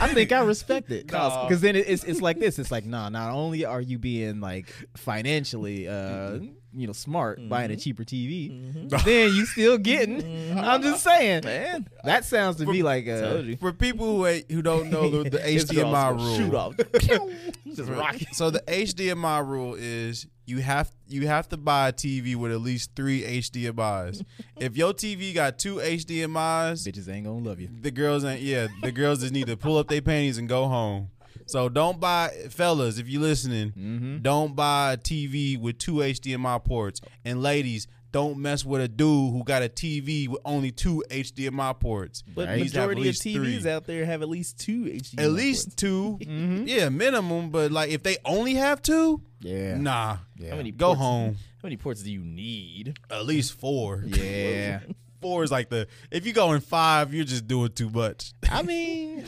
Speaker 2: I think I respect it.
Speaker 3: Nah.
Speaker 2: Because then it- it's it's like this. It's like nah. Not only are you being like financially, uh, you know, smart buying a cheaper TV, then you still getting. I'm just saying, man. That sounds to me like uh,
Speaker 1: Told
Speaker 2: a
Speaker 1: you.
Speaker 3: for people who ain't, who don't know the, the
Speaker 1: His draws
Speaker 3: HDMI
Speaker 1: will
Speaker 3: rule.
Speaker 1: Shoot off. just rocket.
Speaker 3: So the HDMI rule is you have you have to buy a TV with at least three HDMI's. if your TV got two HDMI's,
Speaker 2: bitches ain't gonna love you.
Speaker 3: the girls ain't yeah the girls just need to pull up their panties and go home so don't buy fellas if you're listening
Speaker 1: Mm-hmm.
Speaker 3: don't buy a tv with two hdmi ports and ladies don't mess with a dude who got a tv with only two hdmi ports
Speaker 1: But
Speaker 3: Needs to have
Speaker 1: majority of
Speaker 3: least
Speaker 1: TVs
Speaker 3: three.
Speaker 1: out there have at least two HDMI.
Speaker 3: at least 2
Speaker 2: Mm-hmm.
Speaker 3: yeah minimum but like if they only have two
Speaker 2: Yeah.
Speaker 3: nah
Speaker 2: Yeah.
Speaker 1: How many
Speaker 3: go
Speaker 1: ports-
Speaker 3: home
Speaker 1: How many ports do you need?
Speaker 3: at least four
Speaker 2: Yeah.
Speaker 3: four is like the if you go in five you're just doing too much
Speaker 2: I mean,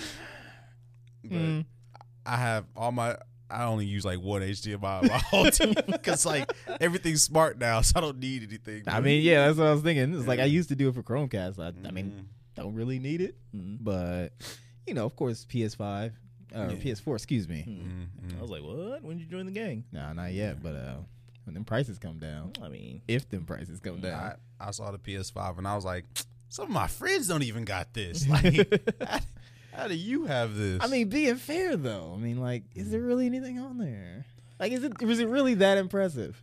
Speaker 3: but I have all my. I only use like one HDMI my whole team because like everything's smart now, so I don't need anything.
Speaker 2: I mean, yeah, that's what I was thinking. It's like I used to do it for Chromecast. I, I mean, don't really need it, but you know, of course, PS5. or PS4. Excuse me.
Speaker 3: Mm-hmm.
Speaker 2: Oh,
Speaker 1: I was like, what? When did you join the gang?
Speaker 2: No, not yet. But uh, when them prices come down,
Speaker 1: I mean,
Speaker 2: if them prices come down,
Speaker 3: I, I saw the PS5 and I was like, some of my friends don't even got this. Like, how, how do you have this?
Speaker 2: I mean, being fair though, I mean, like, is there really anything on there? Like, is it was it really that impressive?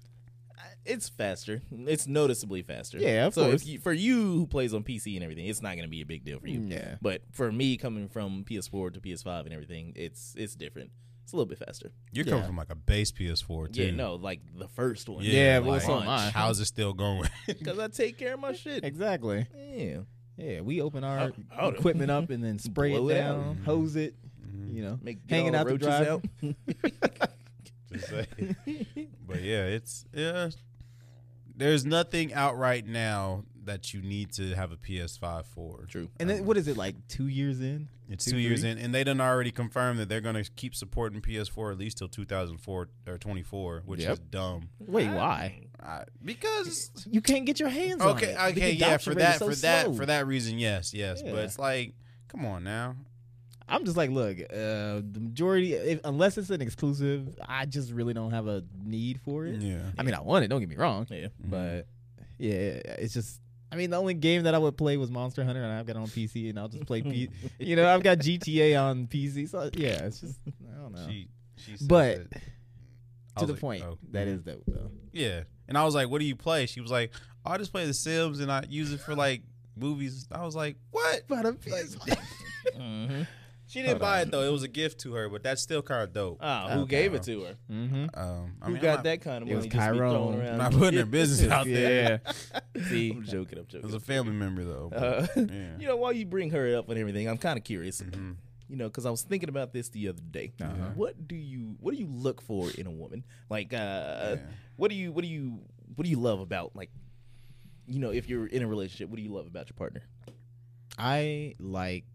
Speaker 1: it's faster. It's noticeably faster.
Speaker 2: Yeah, of
Speaker 1: so
Speaker 2: course.
Speaker 1: If you, for you who plays on PC and everything, it's not going to be a big deal for you.
Speaker 2: Yeah.
Speaker 1: But for me, coming from PS4 to PS5 and everything, it's it's different. It's a little bit faster.
Speaker 3: you're coming from like a base PS4 too.
Speaker 1: Yeah, no, like the first one.
Speaker 3: Yeah,
Speaker 2: Yeah,
Speaker 3: like,
Speaker 2: well, so am I.
Speaker 3: how's it still going?
Speaker 1: Because I take care of my shit.
Speaker 2: Exactly.
Speaker 1: Yeah.
Speaker 2: Yeah, we open our
Speaker 1: Oh, hold it.
Speaker 2: equipment up and then spray
Speaker 1: Blow
Speaker 2: it Mm-hmm.
Speaker 1: it
Speaker 2: down,
Speaker 1: out.
Speaker 2: hose it, you know,
Speaker 1: Make get
Speaker 2: hanging
Speaker 1: all
Speaker 2: out the
Speaker 1: roaches
Speaker 2: drive.
Speaker 1: out.
Speaker 3: Just say. but yeah, it's yeah. There's nothing out right now that you need to have a PS5 for.
Speaker 1: True.
Speaker 2: And then what is it like two years in?
Speaker 3: It's
Speaker 2: Two,
Speaker 3: two, years
Speaker 2: three?
Speaker 3: in, and they done already confirmed that they're gonna keep supporting PS4 at least till 2004 or 24, which
Speaker 2: Yep.
Speaker 3: is dumb.
Speaker 2: Wait, why?
Speaker 3: I, because
Speaker 2: You can't get your hands on it.
Speaker 3: okay,
Speaker 2: The
Speaker 3: okay, yeah,
Speaker 2: adoption
Speaker 3: for
Speaker 2: rate is
Speaker 3: that,
Speaker 2: so
Speaker 3: for that,
Speaker 2: slow.
Speaker 3: for that reason, yes, yes.
Speaker 2: Yeah.
Speaker 3: But it's like, come on now.
Speaker 2: I'm just like, look, uh, the majority, if, unless it's an exclusive, I just really don't have a need for it.
Speaker 3: Yeah,
Speaker 2: I mean, I want it. Don't get me wrong,
Speaker 1: Yeah.
Speaker 3: Mm-hmm.
Speaker 2: but yeah, it's just. I mean, the only game that I would play was Monster Hunter, and I've got it on PC, and I'll just play. P- you know, I've got GTA on PC, so yeah, it's just I don't know.
Speaker 3: she, she said
Speaker 2: But-
Speaker 3: that- I
Speaker 2: to
Speaker 3: was
Speaker 2: the
Speaker 3: like,
Speaker 2: point,
Speaker 3: oh.
Speaker 2: that is dope though.
Speaker 3: Yeah. And I was like, what do you play? She was like, oh, I just play The Sims and I use it for like movies. I was like, what?
Speaker 2: But I'm
Speaker 3: Like,
Speaker 1: hmm
Speaker 3: she didn't buy it though. It was a gift to her, but that's still kind of dope.
Speaker 1: Ah, who
Speaker 2: Okay.
Speaker 1: gave it to her?
Speaker 2: mm-hmm.
Speaker 3: Um, I
Speaker 1: Who
Speaker 3: mean,
Speaker 1: got
Speaker 3: I'm not,
Speaker 1: that kind of
Speaker 2: It
Speaker 1: money?
Speaker 2: was
Speaker 1: just be thrown
Speaker 2: Tyrone.
Speaker 1: around?
Speaker 3: I'm not putting her business out there.
Speaker 2: yeah,
Speaker 1: See, I'm joking. I'm
Speaker 3: It was
Speaker 1: joking.
Speaker 3: a family member though. but-
Speaker 1: Uh,
Speaker 3: Yeah.
Speaker 1: You know, while you bring her up and everything, I'm kind of curious.
Speaker 3: Mhm.
Speaker 1: You know, because I was thinking about this the other day.
Speaker 2: Uh-huh.
Speaker 1: What do you What do you look for in a woman? Like, uh,
Speaker 3: Yeah.
Speaker 1: what do you What do you What do you love about like, you know, if you're in a relationship, what do you love about your partner?
Speaker 2: I like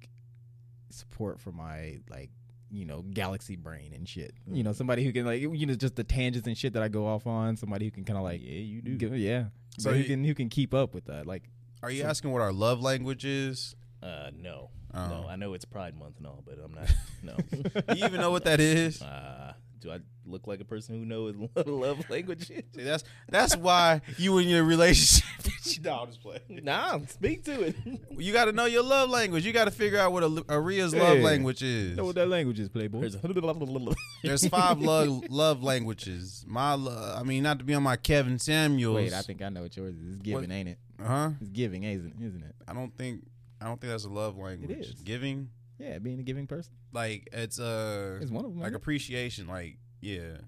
Speaker 2: support for my like you know galaxy brain and shit. You
Speaker 3: Mm.
Speaker 2: know, somebody who can like you know just the tangents and shit that I go off on. Somebody who can kind of like yeah, you do yeah.
Speaker 3: So
Speaker 2: So who
Speaker 3: you-
Speaker 2: can who can keep up with that? Like
Speaker 3: Are you asking what our love language is?
Speaker 1: Uh, no,
Speaker 3: Oh.
Speaker 1: no. I know it's Pride Month and all, but I'm not. No.
Speaker 3: Do you even know what that is?
Speaker 1: uh, do I look like a person who knows what love language is?
Speaker 3: See, that's that's why you in your relationship. no, I'll just play.
Speaker 1: Nah, speak to it.
Speaker 3: You got to know your love language. You got to figure out what a, Aria's love
Speaker 2: Hey.
Speaker 3: language is.
Speaker 2: know what that language is, Playboy.
Speaker 1: There's a
Speaker 3: There's five love love languages. My lo- I mean, not to be on my Kevin Samuels.
Speaker 2: Wait, I think I know what yours is. It's giving,
Speaker 3: What?
Speaker 2: ain't it?
Speaker 3: Huh?
Speaker 2: It's giving, isn't isn't it?
Speaker 3: I don't think. I don't think that's a love language.
Speaker 2: is.
Speaker 3: Giving,
Speaker 2: Yeah, being a giving person
Speaker 3: like it's uh,
Speaker 2: is one of them.
Speaker 3: like appreciation. Like yeah.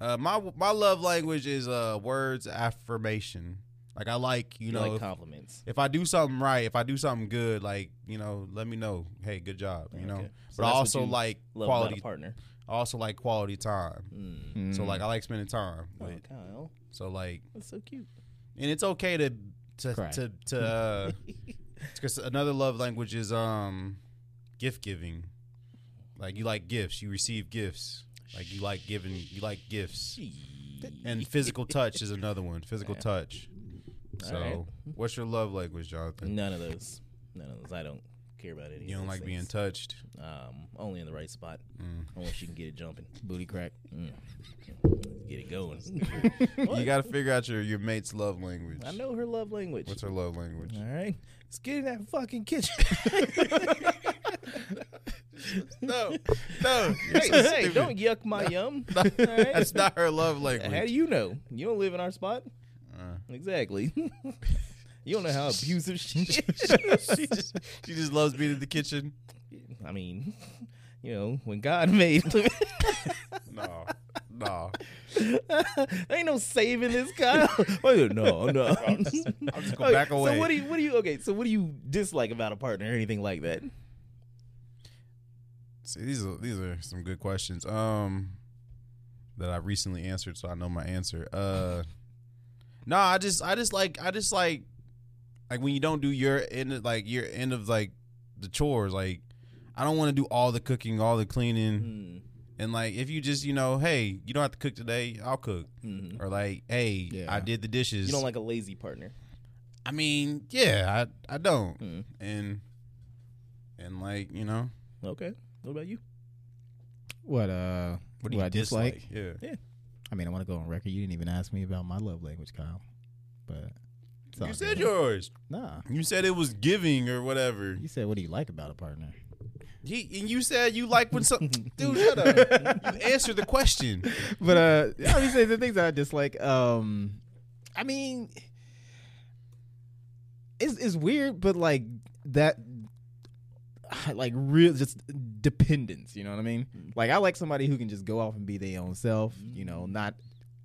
Speaker 3: Uh, my my love language is uh words affirmation. Like I like you
Speaker 1: You
Speaker 3: know
Speaker 1: like
Speaker 3: if,
Speaker 1: compliments.
Speaker 3: if I do something right, if I do something good, like you know, let me know. Hey, good job. You know.
Speaker 1: Okay. So
Speaker 3: But I
Speaker 1: that's what
Speaker 3: also
Speaker 1: you
Speaker 3: like
Speaker 1: Love about
Speaker 3: quality.
Speaker 1: a partner.
Speaker 3: I also like quality time.
Speaker 1: Mm.
Speaker 3: So like I like spending time.
Speaker 1: Oh,
Speaker 3: With,
Speaker 1: Kyle,
Speaker 3: so like
Speaker 1: that's so cute.
Speaker 3: and it's okay to to
Speaker 2: Cry.
Speaker 3: to to uh, because another love language is um gift giving. Like you like gifts, you receive gifts. Like you like giving, you like gifts. And physical touch is another one. Physical touch. So,
Speaker 1: Alright.
Speaker 3: what's your love language, Jonathan?
Speaker 1: None of those. None of those. I don't care about any.
Speaker 3: You
Speaker 1: of
Speaker 3: don't
Speaker 1: those
Speaker 3: like being
Speaker 1: things.
Speaker 3: touched.
Speaker 1: um, only in the right spot.
Speaker 3: Mm.
Speaker 1: Unless you can get it jumping,
Speaker 2: booty crack.
Speaker 1: Mm. get it going.
Speaker 3: You got to figure out your your mate's love language.
Speaker 1: I know her love language.
Speaker 3: What's her love language?
Speaker 1: All right, let's get in that fucking kitchen.
Speaker 3: No, no, you're
Speaker 1: hey,
Speaker 3: so
Speaker 1: hey,
Speaker 3: stupid.
Speaker 1: don't yuck my yum. All right?
Speaker 3: That's not her love
Speaker 1: How do
Speaker 3: language.
Speaker 1: you know? You don't live in our spot.
Speaker 3: Uh.
Speaker 1: Exactly. you don't know how abusive she
Speaker 3: she,
Speaker 1: is.
Speaker 3: just, she just loves being in the kitchen.
Speaker 1: I mean, you know, when God made,
Speaker 3: No, no.
Speaker 1: ain't no saving this guy. oh yeah, no, no. I'm
Speaker 3: just gonna back away.
Speaker 1: So what do you? What do you? Okay, so what do you dislike about a partner or anything like that?
Speaker 3: See, these are these are some good questions. Um, that I recently answered, so I know my answer. Uh, no, I just I just like I just like like when you don't do your end of, like your end of like the chores. Like I don't want to do all the cooking, all the cleaning,
Speaker 1: Mm,
Speaker 3: and like if you just you know, hey, you don't have to cook today, I'll cook.
Speaker 1: mm.
Speaker 3: Or like, hey,
Speaker 2: Yeah.
Speaker 3: I did the dishes.
Speaker 1: You don't like a lazy partner.
Speaker 3: I mean, yeah, I I don't,
Speaker 1: Mm.
Speaker 3: and and like you know,
Speaker 1: Okay. What about you?
Speaker 2: What uh?
Speaker 3: What do you
Speaker 2: I
Speaker 3: dislike?
Speaker 2: dislike?
Speaker 3: Yeah.
Speaker 2: I mean, I want to go on record. You didn't even ask me about my love language, Kyle. But it's all
Speaker 3: You
Speaker 2: good.
Speaker 3: said yours.
Speaker 2: nah.
Speaker 3: You said it was giving or whatever.
Speaker 2: You said what do you like about a partner?
Speaker 3: He, and you said you like when some dude shut up. You answered the question.
Speaker 2: But uh, I would say the things that I dislike. Um, I mean, it's it's weird, but like that. Like real, just dependence. You know what I mean?
Speaker 3: Mm.
Speaker 2: Like I like somebody who can just go off and be their own self. You know, not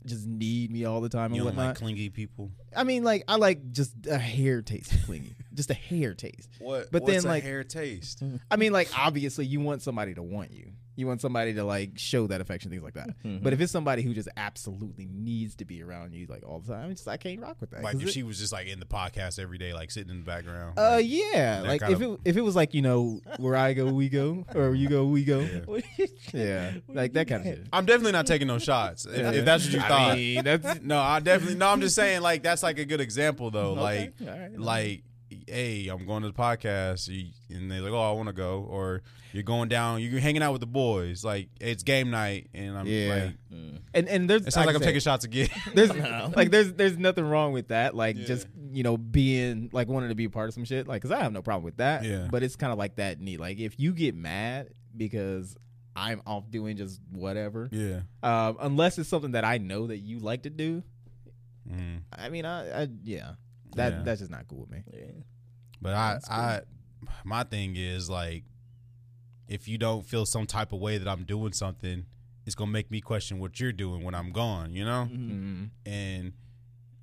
Speaker 2: just need me all the time and
Speaker 3: You don't
Speaker 2: whatnot.
Speaker 3: like clingy people.
Speaker 2: I mean, like I like just a hair taste of clingy, just a hair taste.
Speaker 3: What?
Speaker 2: But
Speaker 3: what's
Speaker 2: then,
Speaker 3: a
Speaker 2: like-
Speaker 3: hair taste.
Speaker 2: I mean, like obviously you want somebody to want you, you want somebody to like show that affection, things like that.
Speaker 1: Mm-hmm.
Speaker 2: But if it's somebody who just absolutely needs to be around you like all the time, it's just I can't rock with that.
Speaker 3: Like
Speaker 2: 'Cause
Speaker 3: if
Speaker 2: it-
Speaker 3: she was just like in the podcast every day, like sitting in the background.
Speaker 2: uh
Speaker 3: like,
Speaker 2: yeah,
Speaker 3: that
Speaker 2: like
Speaker 3: kind
Speaker 2: if
Speaker 3: of-
Speaker 2: it if it was like you know where I go we go or you go we go, yeah,
Speaker 1: What
Speaker 2: like
Speaker 1: do you
Speaker 2: that kind of
Speaker 1: mean?
Speaker 2: shit.
Speaker 3: I'm definitely not taking no shots. If,
Speaker 2: Yeah.
Speaker 3: if that's what you
Speaker 2: I
Speaker 3: thought.
Speaker 2: mean, that's-
Speaker 3: no, I definitely no. I'm just saying like that's like a good example though.
Speaker 1: Okay,
Speaker 3: Like
Speaker 1: all right.
Speaker 3: like hey, I'm going to the podcast, you- and they're like, oh, I want to go, or you're going down, you're hanging out with the boys. Like it's game night, and I'm
Speaker 2: Yeah.
Speaker 3: like,
Speaker 2: And and there's
Speaker 3: it sounds like I'm
Speaker 2: said,
Speaker 3: taking shots again.
Speaker 2: there's
Speaker 1: No.
Speaker 2: like there's there's nothing wrong with that like
Speaker 3: Yeah.
Speaker 2: just you know being like wanting to be a part of some shit like because i have no problem with that
Speaker 3: Yeah.
Speaker 2: but it's kind of like that neat like if you get mad because i'm off doing just whatever
Speaker 3: yeah.
Speaker 2: um unless it's something that i know that you like to do
Speaker 3: Mm.
Speaker 2: i mean i, I yeah that
Speaker 3: Yeah.
Speaker 2: that's just not cool with me
Speaker 1: Yeah.
Speaker 3: But I, I, my thing is like, if you don't feel some type of way that I'm doing something, it's gonna make me question what you're doing when I'm gone. You know,
Speaker 1: Mm-hmm.
Speaker 2: mm
Speaker 3: and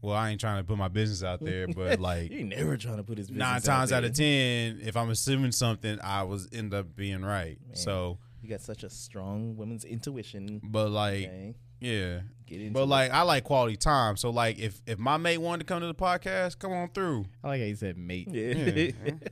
Speaker 3: well, I ain't trying to put my business out there, but like
Speaker 1: You ain't never trying to put his business
Speaker 3: nine times out
Speaker 1: there.
Speaker 3: of ten, if I'm assuming something, I was end up being right.
Speaker 1: Man.
Speaker 3: So,
Speaker 1: You got such a strong woman's intuition.
Speaker 3: but like,
Speaker 1: Okay.
Speaker 3: yeah,
Speaker 1: Get into
Speaker 3: but
Speaker 1: it.
Speaker 3: like, I like quality time. So like, if if my mate wanted to come to the podcast, come on through.
Speaker 2: i like how you said mate
Speaker 1: yeah.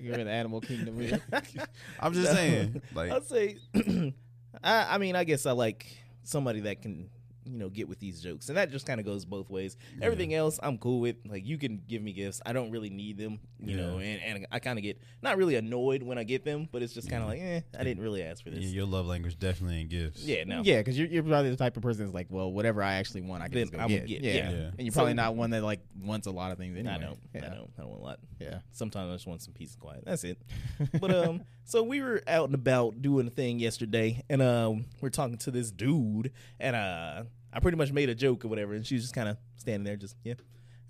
Speaker 2: you're in the animal kingdom
Speaker 3: Mm-hmm.
Speaker 2: here.
Speaker 3: I'm just
Speaker 1: No.
Speaker 3: saying, like,
Speaker 1: I'll say, I, I mean, I guess I like somebody that can, you know, get with these jokes, and that just kind of goes both ways. Everything else, I'm cool with. Like, you can give me gifts. I don't really need them, you
Speaker 3: Yeah.
Speaker 1: know, and, and I kind of get not really annoyed when I get them, but it's just kind of like, eh, I didn't really ask for this.
Speaker 3: yeah,
Speaker 1: Yeah,
Speaker 3: your love language definitely in gifts.
Speaker 1: no,
Speaker 2: yeah because you're, you're probably the type of person that's like well whatever i actually want i can
Speaker 1: Then
Speaker 2: just go
Speaker 1: I would
Speaker 2: get.
Speaker 1: get-
Speaker 2: yeah.
Speaker 1: yeah.
Speaker 3: Yeah.
Speaker 2: and you're
Speaker 1: So-
Speaker 2: probably not one that like wants a lot of things anyway
Speaker 1: I don't,
Speaker 2: yeah.
Speaker 1: I don't, I don't want a lot.
Speaker 2: yeah
Speaker 1: Sometimes I just want some peace and quiet. That's it. But um, so we were out and about doing a thing yesterday, and um, we're talking to this dude, and uh, I pretty much made a joke or whatever, and she was just kind of standing there, just yeah.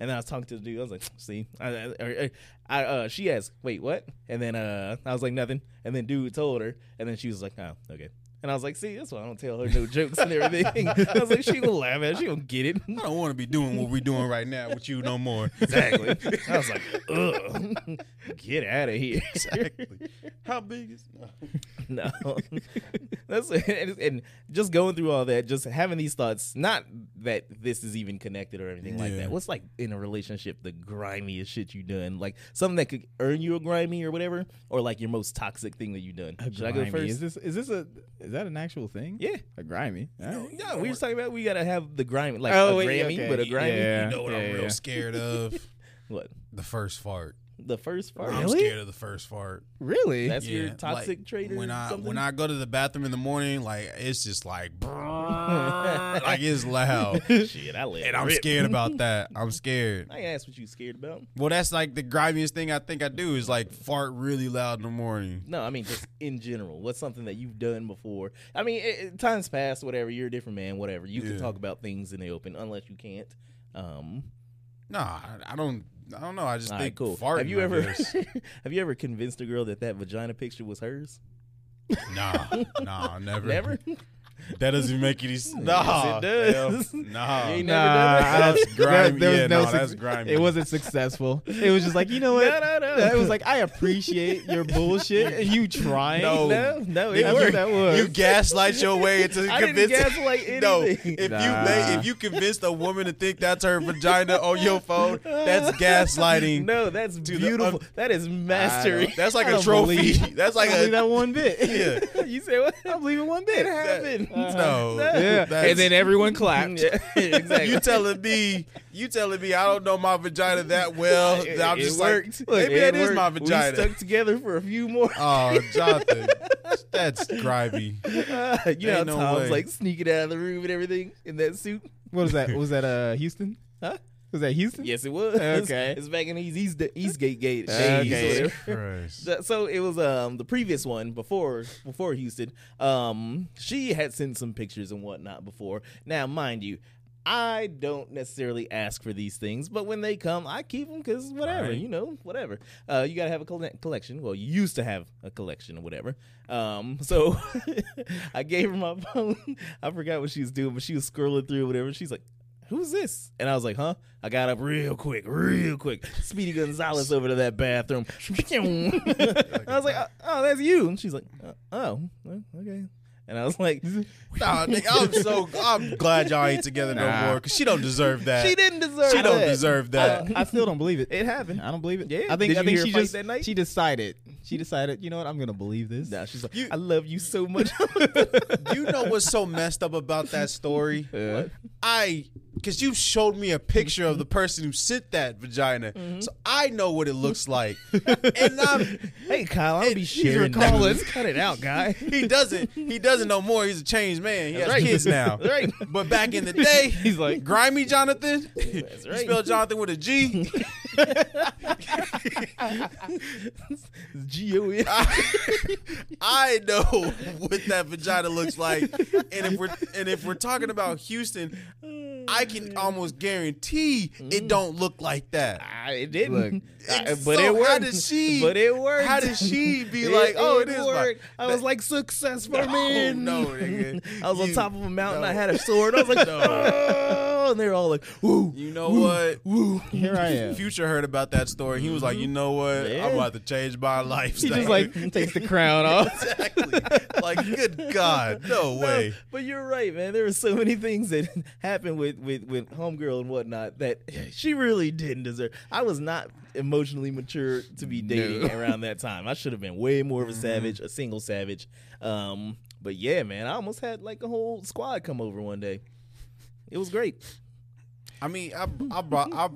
Speaker 1: And then I was talking to the dude. I was like, "See, I, I, I, I uh, she asked, wait, what?" And then uh, I was like, "Nothing." And then dude told her, and then she was like, "Oh, okay." And I was like, "See, that's why I don't tell her no jokes and everything." I was like, "She will laugh at. it. She will get it."
Speaker 3: I don't want to be doing what we're doing right now with you no more.
Speaker 1: Exactly. I was like, "Ugh, get out of here."
Speaker 3: exactly. How big is?
Speaker 1: No, that's and, and just going through all that, just having these thoughts. Not that this is even connected or anything like
Speaker 3: Yeah.
Speaker 1: that. What's like in a relationship the grimiest shit you done? Like something that could earn you a grimy or whatever, or like your most toxic thing that you done. Should I go
Speaker 2: Grimy.
Speaker 1: first?
Speaker 2: Is this is this a is that an actual thing?
Speaker 1: yeah.
Speaker 2: a grimy.
Speaker 3: Oh,
Speaker 2: Alright.
Speaker 1: No, we were just talking about we gotta have the grimy, like
Speaker 2: Oh,
Speaker 1: a
Speaker 2: wait,
Speaker 1: Grammy,
Speaker 2: okay.
Speaker 1: but a grimy.
Speaker 2: Yeah.
Speaker 3: You know what I'm
Speaker 2: yeah,
Speaker 3: real
Speaker 2: yeah.
Speaker 3: scared of?
Speaker 1: What
Speaker 3: The first fart.
Speaker 1: the first part?
Speaker 3: I'm
Speaker 2: Really?
Speaker 3: scared of the first fart.
Speaker 2: Really?
Speaker 1: That's your
Speaker 3: Yeah,
Speaker 1: toxic
Speaker 3: like,
Speaker 1: trait or
Speaker 3: When I
Speaker 1: something?
Speaker 3: when I go to the bathroom in the morning, like it's just like like it's loud,
Speaker 1: shit, I let
Speaker 3: and I'm
Speaker 1: rip.
Speaker 3: scared about that. I'm scared.
Speaker 1: I ain't asked what you scared about.
Speaker 3: Well, that's like the grimiest thing I think I do is like fart really loud in the morning.
Speaker 1: No, I mean just in general. What's something that you've done before? I mean, it, it- times past, whatever. You're a different man, whatever. You can
Speaker 3: Yeah.
Speaker 1: talk about things in the open, unless you can't. Um,
Speaker 3: Nah, I- I don't. I don't know. I just
Speaker 1: all right,
Speaker 3: think
Speaker 1: cool.
Speaker 3: farting.
Speaker 1: have you
Speaker 3: I
Speaker 1: ever
Speaker 3: guess.
Speaker 1: have you ever convinced a girl that that vagina picture was hers?
Speaker 3: nah, nah, never.
Speaker 1: Never.
Speaker 3: That doesn't make any sense. Nah,
Speaker 1: it does.
Speaker 3: hell, Nah.
Speaker 1: You
Speaker 2: Nah,
Speaker 1: ain't never done
Speaker 2: I don't-
Speaker 3: That's grimy.
Speaker 2: there was
Speaker 3: yeah,
Speaker 2: no
Speaker 3: no,
Speaker 2: suc-
Speaker 3: that's grimy.
Speaker 2: It wasn't successful. It was just like you know what?
Speaker 1: No, no, no.
Speaker 2: It was like I appreciate your bullshit and you trying.
Speaker 3: No.
Speaker 1: no, no, it
Speaker 2: That's
Speaker 1: worked.
Speaker 2: what that was.
Speaker 3: You gaslight your way into
Speaker 1: I didn't
Speaker 3: convincing.
Speaker 1: gaslight
Speaker 3: no, if
Speaker 1: anything.
Speaker 3: you
Speaker 2: Nah.
Speaker 3: may, if you convinced a woman to think that's her vagina on your phone, that's gaslighting.
Speaker 1: No, that's
Speaker 3: the un-
Speaker 1: beautiful. that is
Speaker 3: I don't-
Speaker 1: mastery.
Speaker 3: That's like
Speaker 2: I
Speaker 3: a
Speaker 2: don't
Speaker 3: trophy.
Speaker 2: believe-
Speaker 3: That's
Speaker 2: I
Speaker 3: like
Speaker 2: don't believe
Speaker 3: a
Speaker 2: that one bit.
Speaker 3: yeah.
Speaker 1: you say what?
Speaker 2: I don't believe it one bit.
Speaker 1: It happened.
Speaker 3: no.
Speaker 2: Yeah.
Speaker 3: That's-
Speaker 2: and then everyone clapped.
Speaker 1: Yeah, exactly.
Speaker 3: you telling me, you telling me, I don't know my vagina that well.
Speaker 1: It-
Speaker 3: I'm
Speaker 1: it
Speaker 3: just
Speaker 1: worked.
Speaker 3: like, maybe
Speaker 1: It
Speaker 3: that is my
Speaker 1: worked.
Speaker 3: vagina.
Speaker 1: We stuck together for a few more.
Speaker 3: oh, Jonathan, that's grimy.
Speaker 1: you know, how
Speaker 3: Ain't no
Speaker 1: Tom's
Speaker 3: way.
Speaker 1: like sneaking out of the room and everything in that suit.
Speaker 2: What was that? Was that uh Houston?
Speaker 1: Huh?
Speaker 2: Was that Houston?
Speaker 1: Yes, it was.
Speaker 2: Okay.
Speaker 1: it's back in these East Eastgate Gate.
Speaker 2: Okay.
Speaker 1: Okay. So- So it was um the previous one before before Houston. Um, she had sent some pictures and whatnot before. Now, mind you, I don't necessarily ask for these things, but when they come, I keep them because whatever,
Speaker 3: Right.
Speaker 1: you know, whatever. Uh, you gotta have a colle- collection. Well, you used to have a collection or whatever. Um, so I gave her my phone. I forgot what she was doing, but she was scrolling through whatever. She's like. Who's this? And I was like, huh? I got up real quick, real quick. Speedy Gonzalez over to that bathroom. I was like, oh, oh, that's you. And she's like, "Uh, oh, well, okay. And I was like,
Speaker 3: Nah, nigga, I'm so I'm glad y'all ain't together no
Speaker 2: Nah.
Speaker 3: more because she don't deserve that.
Speaker 1: she didn't deserve.
Speaker 3: She don't
Speaker 1: that.
Speaker 3: deserve that.
Speaker 2: I still don't believe it.
Speaker 1: It happened.
Speaker 2: I don't believe it.
Speaker 1: Yeah.
Speaker 2: I think
Speaker 1: Did
Speaker 2: I
Speaker 1: you
Speaker 2: think
Speaker 1: hear
Speaker 2: she
Speaker 1: a fight
Speaker 2: just
Speaker 1: that night?
Speaker 2: she decided. She decided, you know what? I'm going to believe this.
Speaker 1: Nah, she's like,
Speaker 3: You-
Speaker 1: I love you so much.
Speaker 3: you know what's so messed up about that story?
Speaker 2: What?
Speaker 3: I, because you showed me a picture of the person who sent that vagina,
Speaker 1: Mm-hmm.
Speaker 3: so I know what it looks like. and I'm,
Speaker 1: hey, Kyle, I'll be
Speaker 2: These
Speaker 1: sharing.
Speaker 2: are callers.
Speaker 1: Let's cut it out, guy.
Speaker 3: he doesn't, he doesn't know more. He's a changed man. He has
Speaker 1: right.
Speaker 3: kids now.
Speaker 1: That's right.
Speaker 3: But back in the day,
Speaker 2: He's like-
Speaker 3: grimy Jonathan. You
Speaker 1: right.
Speaker 3: spell Jonathan with a G.
Speaker 1: G O E. N.
Speaker 3: I know what that vagina looks like, and if we're and if we're talking about Houston, I can almost guarantee it don't look like that.
Speaker 1: Mm. I- Ah, It didn't,
Speaker 2: Look,
Speaker 1: I-
Speaker 3: it's
Speaker 1: but
Speaker 3: so-
Speaker 1: it worked.
Speaker 3: how did she-
Speaker 1: But it worked.
Speaker 3: How does she be like, oh, it is my,
Speaker 1: worked. I was like, success for me.
Speaker 3: oh, no, nigga.
Speaker 1: I was on
Speaker 3: You-
Speaker 1: top of a mountain. I
Speaker 3: no.
Speaker 1: had a sword. I was like,
Speaker 3: No.
Speaker 1: oh, and they were all like, woo,
Speaker 3: You know what?
Speaker 1: woo.
Speaker 2: Here I am.
Speaker 3: Future heard about that story. He was like, you know what?
Speaker 1: Mm-hmm. Yeah.
Speaker 3: I'm about to change my life.
Speaker 2: She just like takes the crown off.
Speaker 3: exactly. Like, good God, no way.
Speaker 1: But you're right, man. There were so many things that happened with with with homegirl and whatnot that she really didn't deserve. I was not emotionally mature to be dating around that time. I should have been way more
Speaker 3: Mm-hmm.
Speaker 1: of a savage, a single savage. Um, but yeah, man, I almost had like a whole squad come over one day. It was great.
Speaker 3: I mean, I, I brought, I,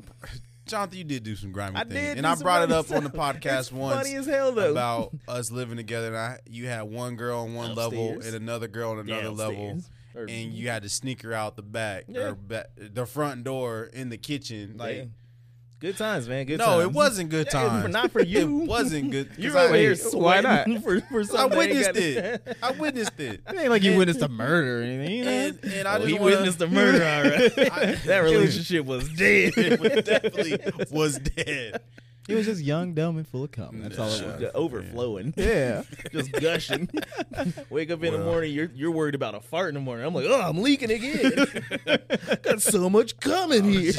Speaker 3: Jonathan, you did do some grimy
Speaker 1: I
Speaker 3: things,
Speaker 1: did
Speaker 3: and
Speaker 1: do
Speaker 3: I
Speaker 1: some
Speaker 3: brought it
Speaker 1: grimy
Speaker 3: up on the
Speaker 1: stuff.
Speaker 3: podcast
Speaker 1: It's
Speaker 3: once.
Speaker 1: funny as hell though.
Speaker 3: about us living together. And I, you had one girl on one level
Speaker 1: Upstairs.
Speaker 3: and another girl on another level,
Speaker 1: Downstairs. Or-
Speaker 3: and you had to sneak her out the back
Speaker 1: Yeah.
Speaker 3: or ba- the front door in the kitchen. Like,
Speaker 1: Yeah. good times, man. Good
Speaker 3: no,
Speaker 1: times.
Speaker 3: it wasn't good
Speaker 1: Yeah, it-
Speaker 3: times.
Speaker 1: not for
Speaker 3: it
Speaker 1: you.
Speaker 3: wasn't good. 'cause
Speaker 1: You're
Speaker 3: I-
Speaker 1: over here
Speaker 2: Wait, why not?
Speaker 1: sweating for, for
Speaker 3: I
Speaker 1: something. ain't
Speaker 3: witnessed
Speaker 1: got-
Speaker 3: it. I witnessed it.
Speaker 2: It ain't like you witnessed a murder or anything, you know?
Speaker 3: And, and I
Speaker 1: Oh,
Speaker 3: just
Speaker 1: he
Speaker 3: wanna-
Speaker 1: witnessed the murder. All right.
Speaker 3: I-
Speaker 1: that relationship was dead.
Speaker 3: It was definitely was dead.
Speaker 2: It was just young, dumb, and full of cum. That's all it was.
Speaker 1: Just overflowing,
Speaker 2: Yeah.
Speaker 1: just gushing. Wake up in the
Speaker 3: Well.
Speaker 1: morning, you're you're worried about a fart in the morning. I'm like, oh, I'm leaking again. Got so much coming here.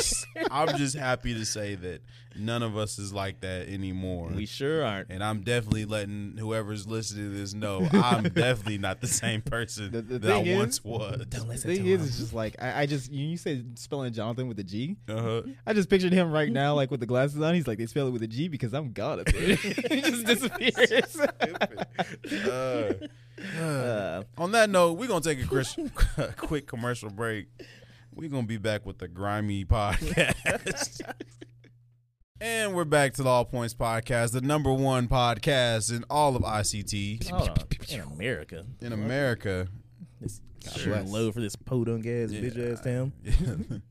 Speaker 3: I'm just happy to say that none of us is like that anymore.
Speaker 1: we sure aren't.
Speaker 3: And I'm definitely letting whoever's listening to this know I'm definitely not the same person
Speaker 2: The- the
Speaker 3: that I
Speaker 2: thing is-
Speaker 3: once was.
Speaker 1: Don't
Speaker 2: The
Speaker 1: listen
Speaker 2: thing
Speaker 1: to
Speaker 2: is,
Speaker 1: him.
Speaker 2: it's just like I, I just you, you said spelling Jonathan with a G.
Speaker 3: Uh-huh.
Speaker 2: I just pictured him right now, like with the glasses on. He's like, they spell it with a G because I'm God up there. he just disappears.
Speaker 3: Uh,
Speaker 1: Uh,
Speaker 3: on that note, we're going to take a Chris- quick commercial break. We're going to be back with the Grimy Podcast. and we're back to the All Points Podcast, the number one podcast in all of ICT
Speaker 1: hold on. In America,
Speaker 3: in America.
Speaker 1: it's
Speaker 2: God
Speaker 1: sure
Speaker 2: bless.
Speaker 1: low for this podunk ass
Speaker 3: Yeah.
Speaker 1: bitch ass town.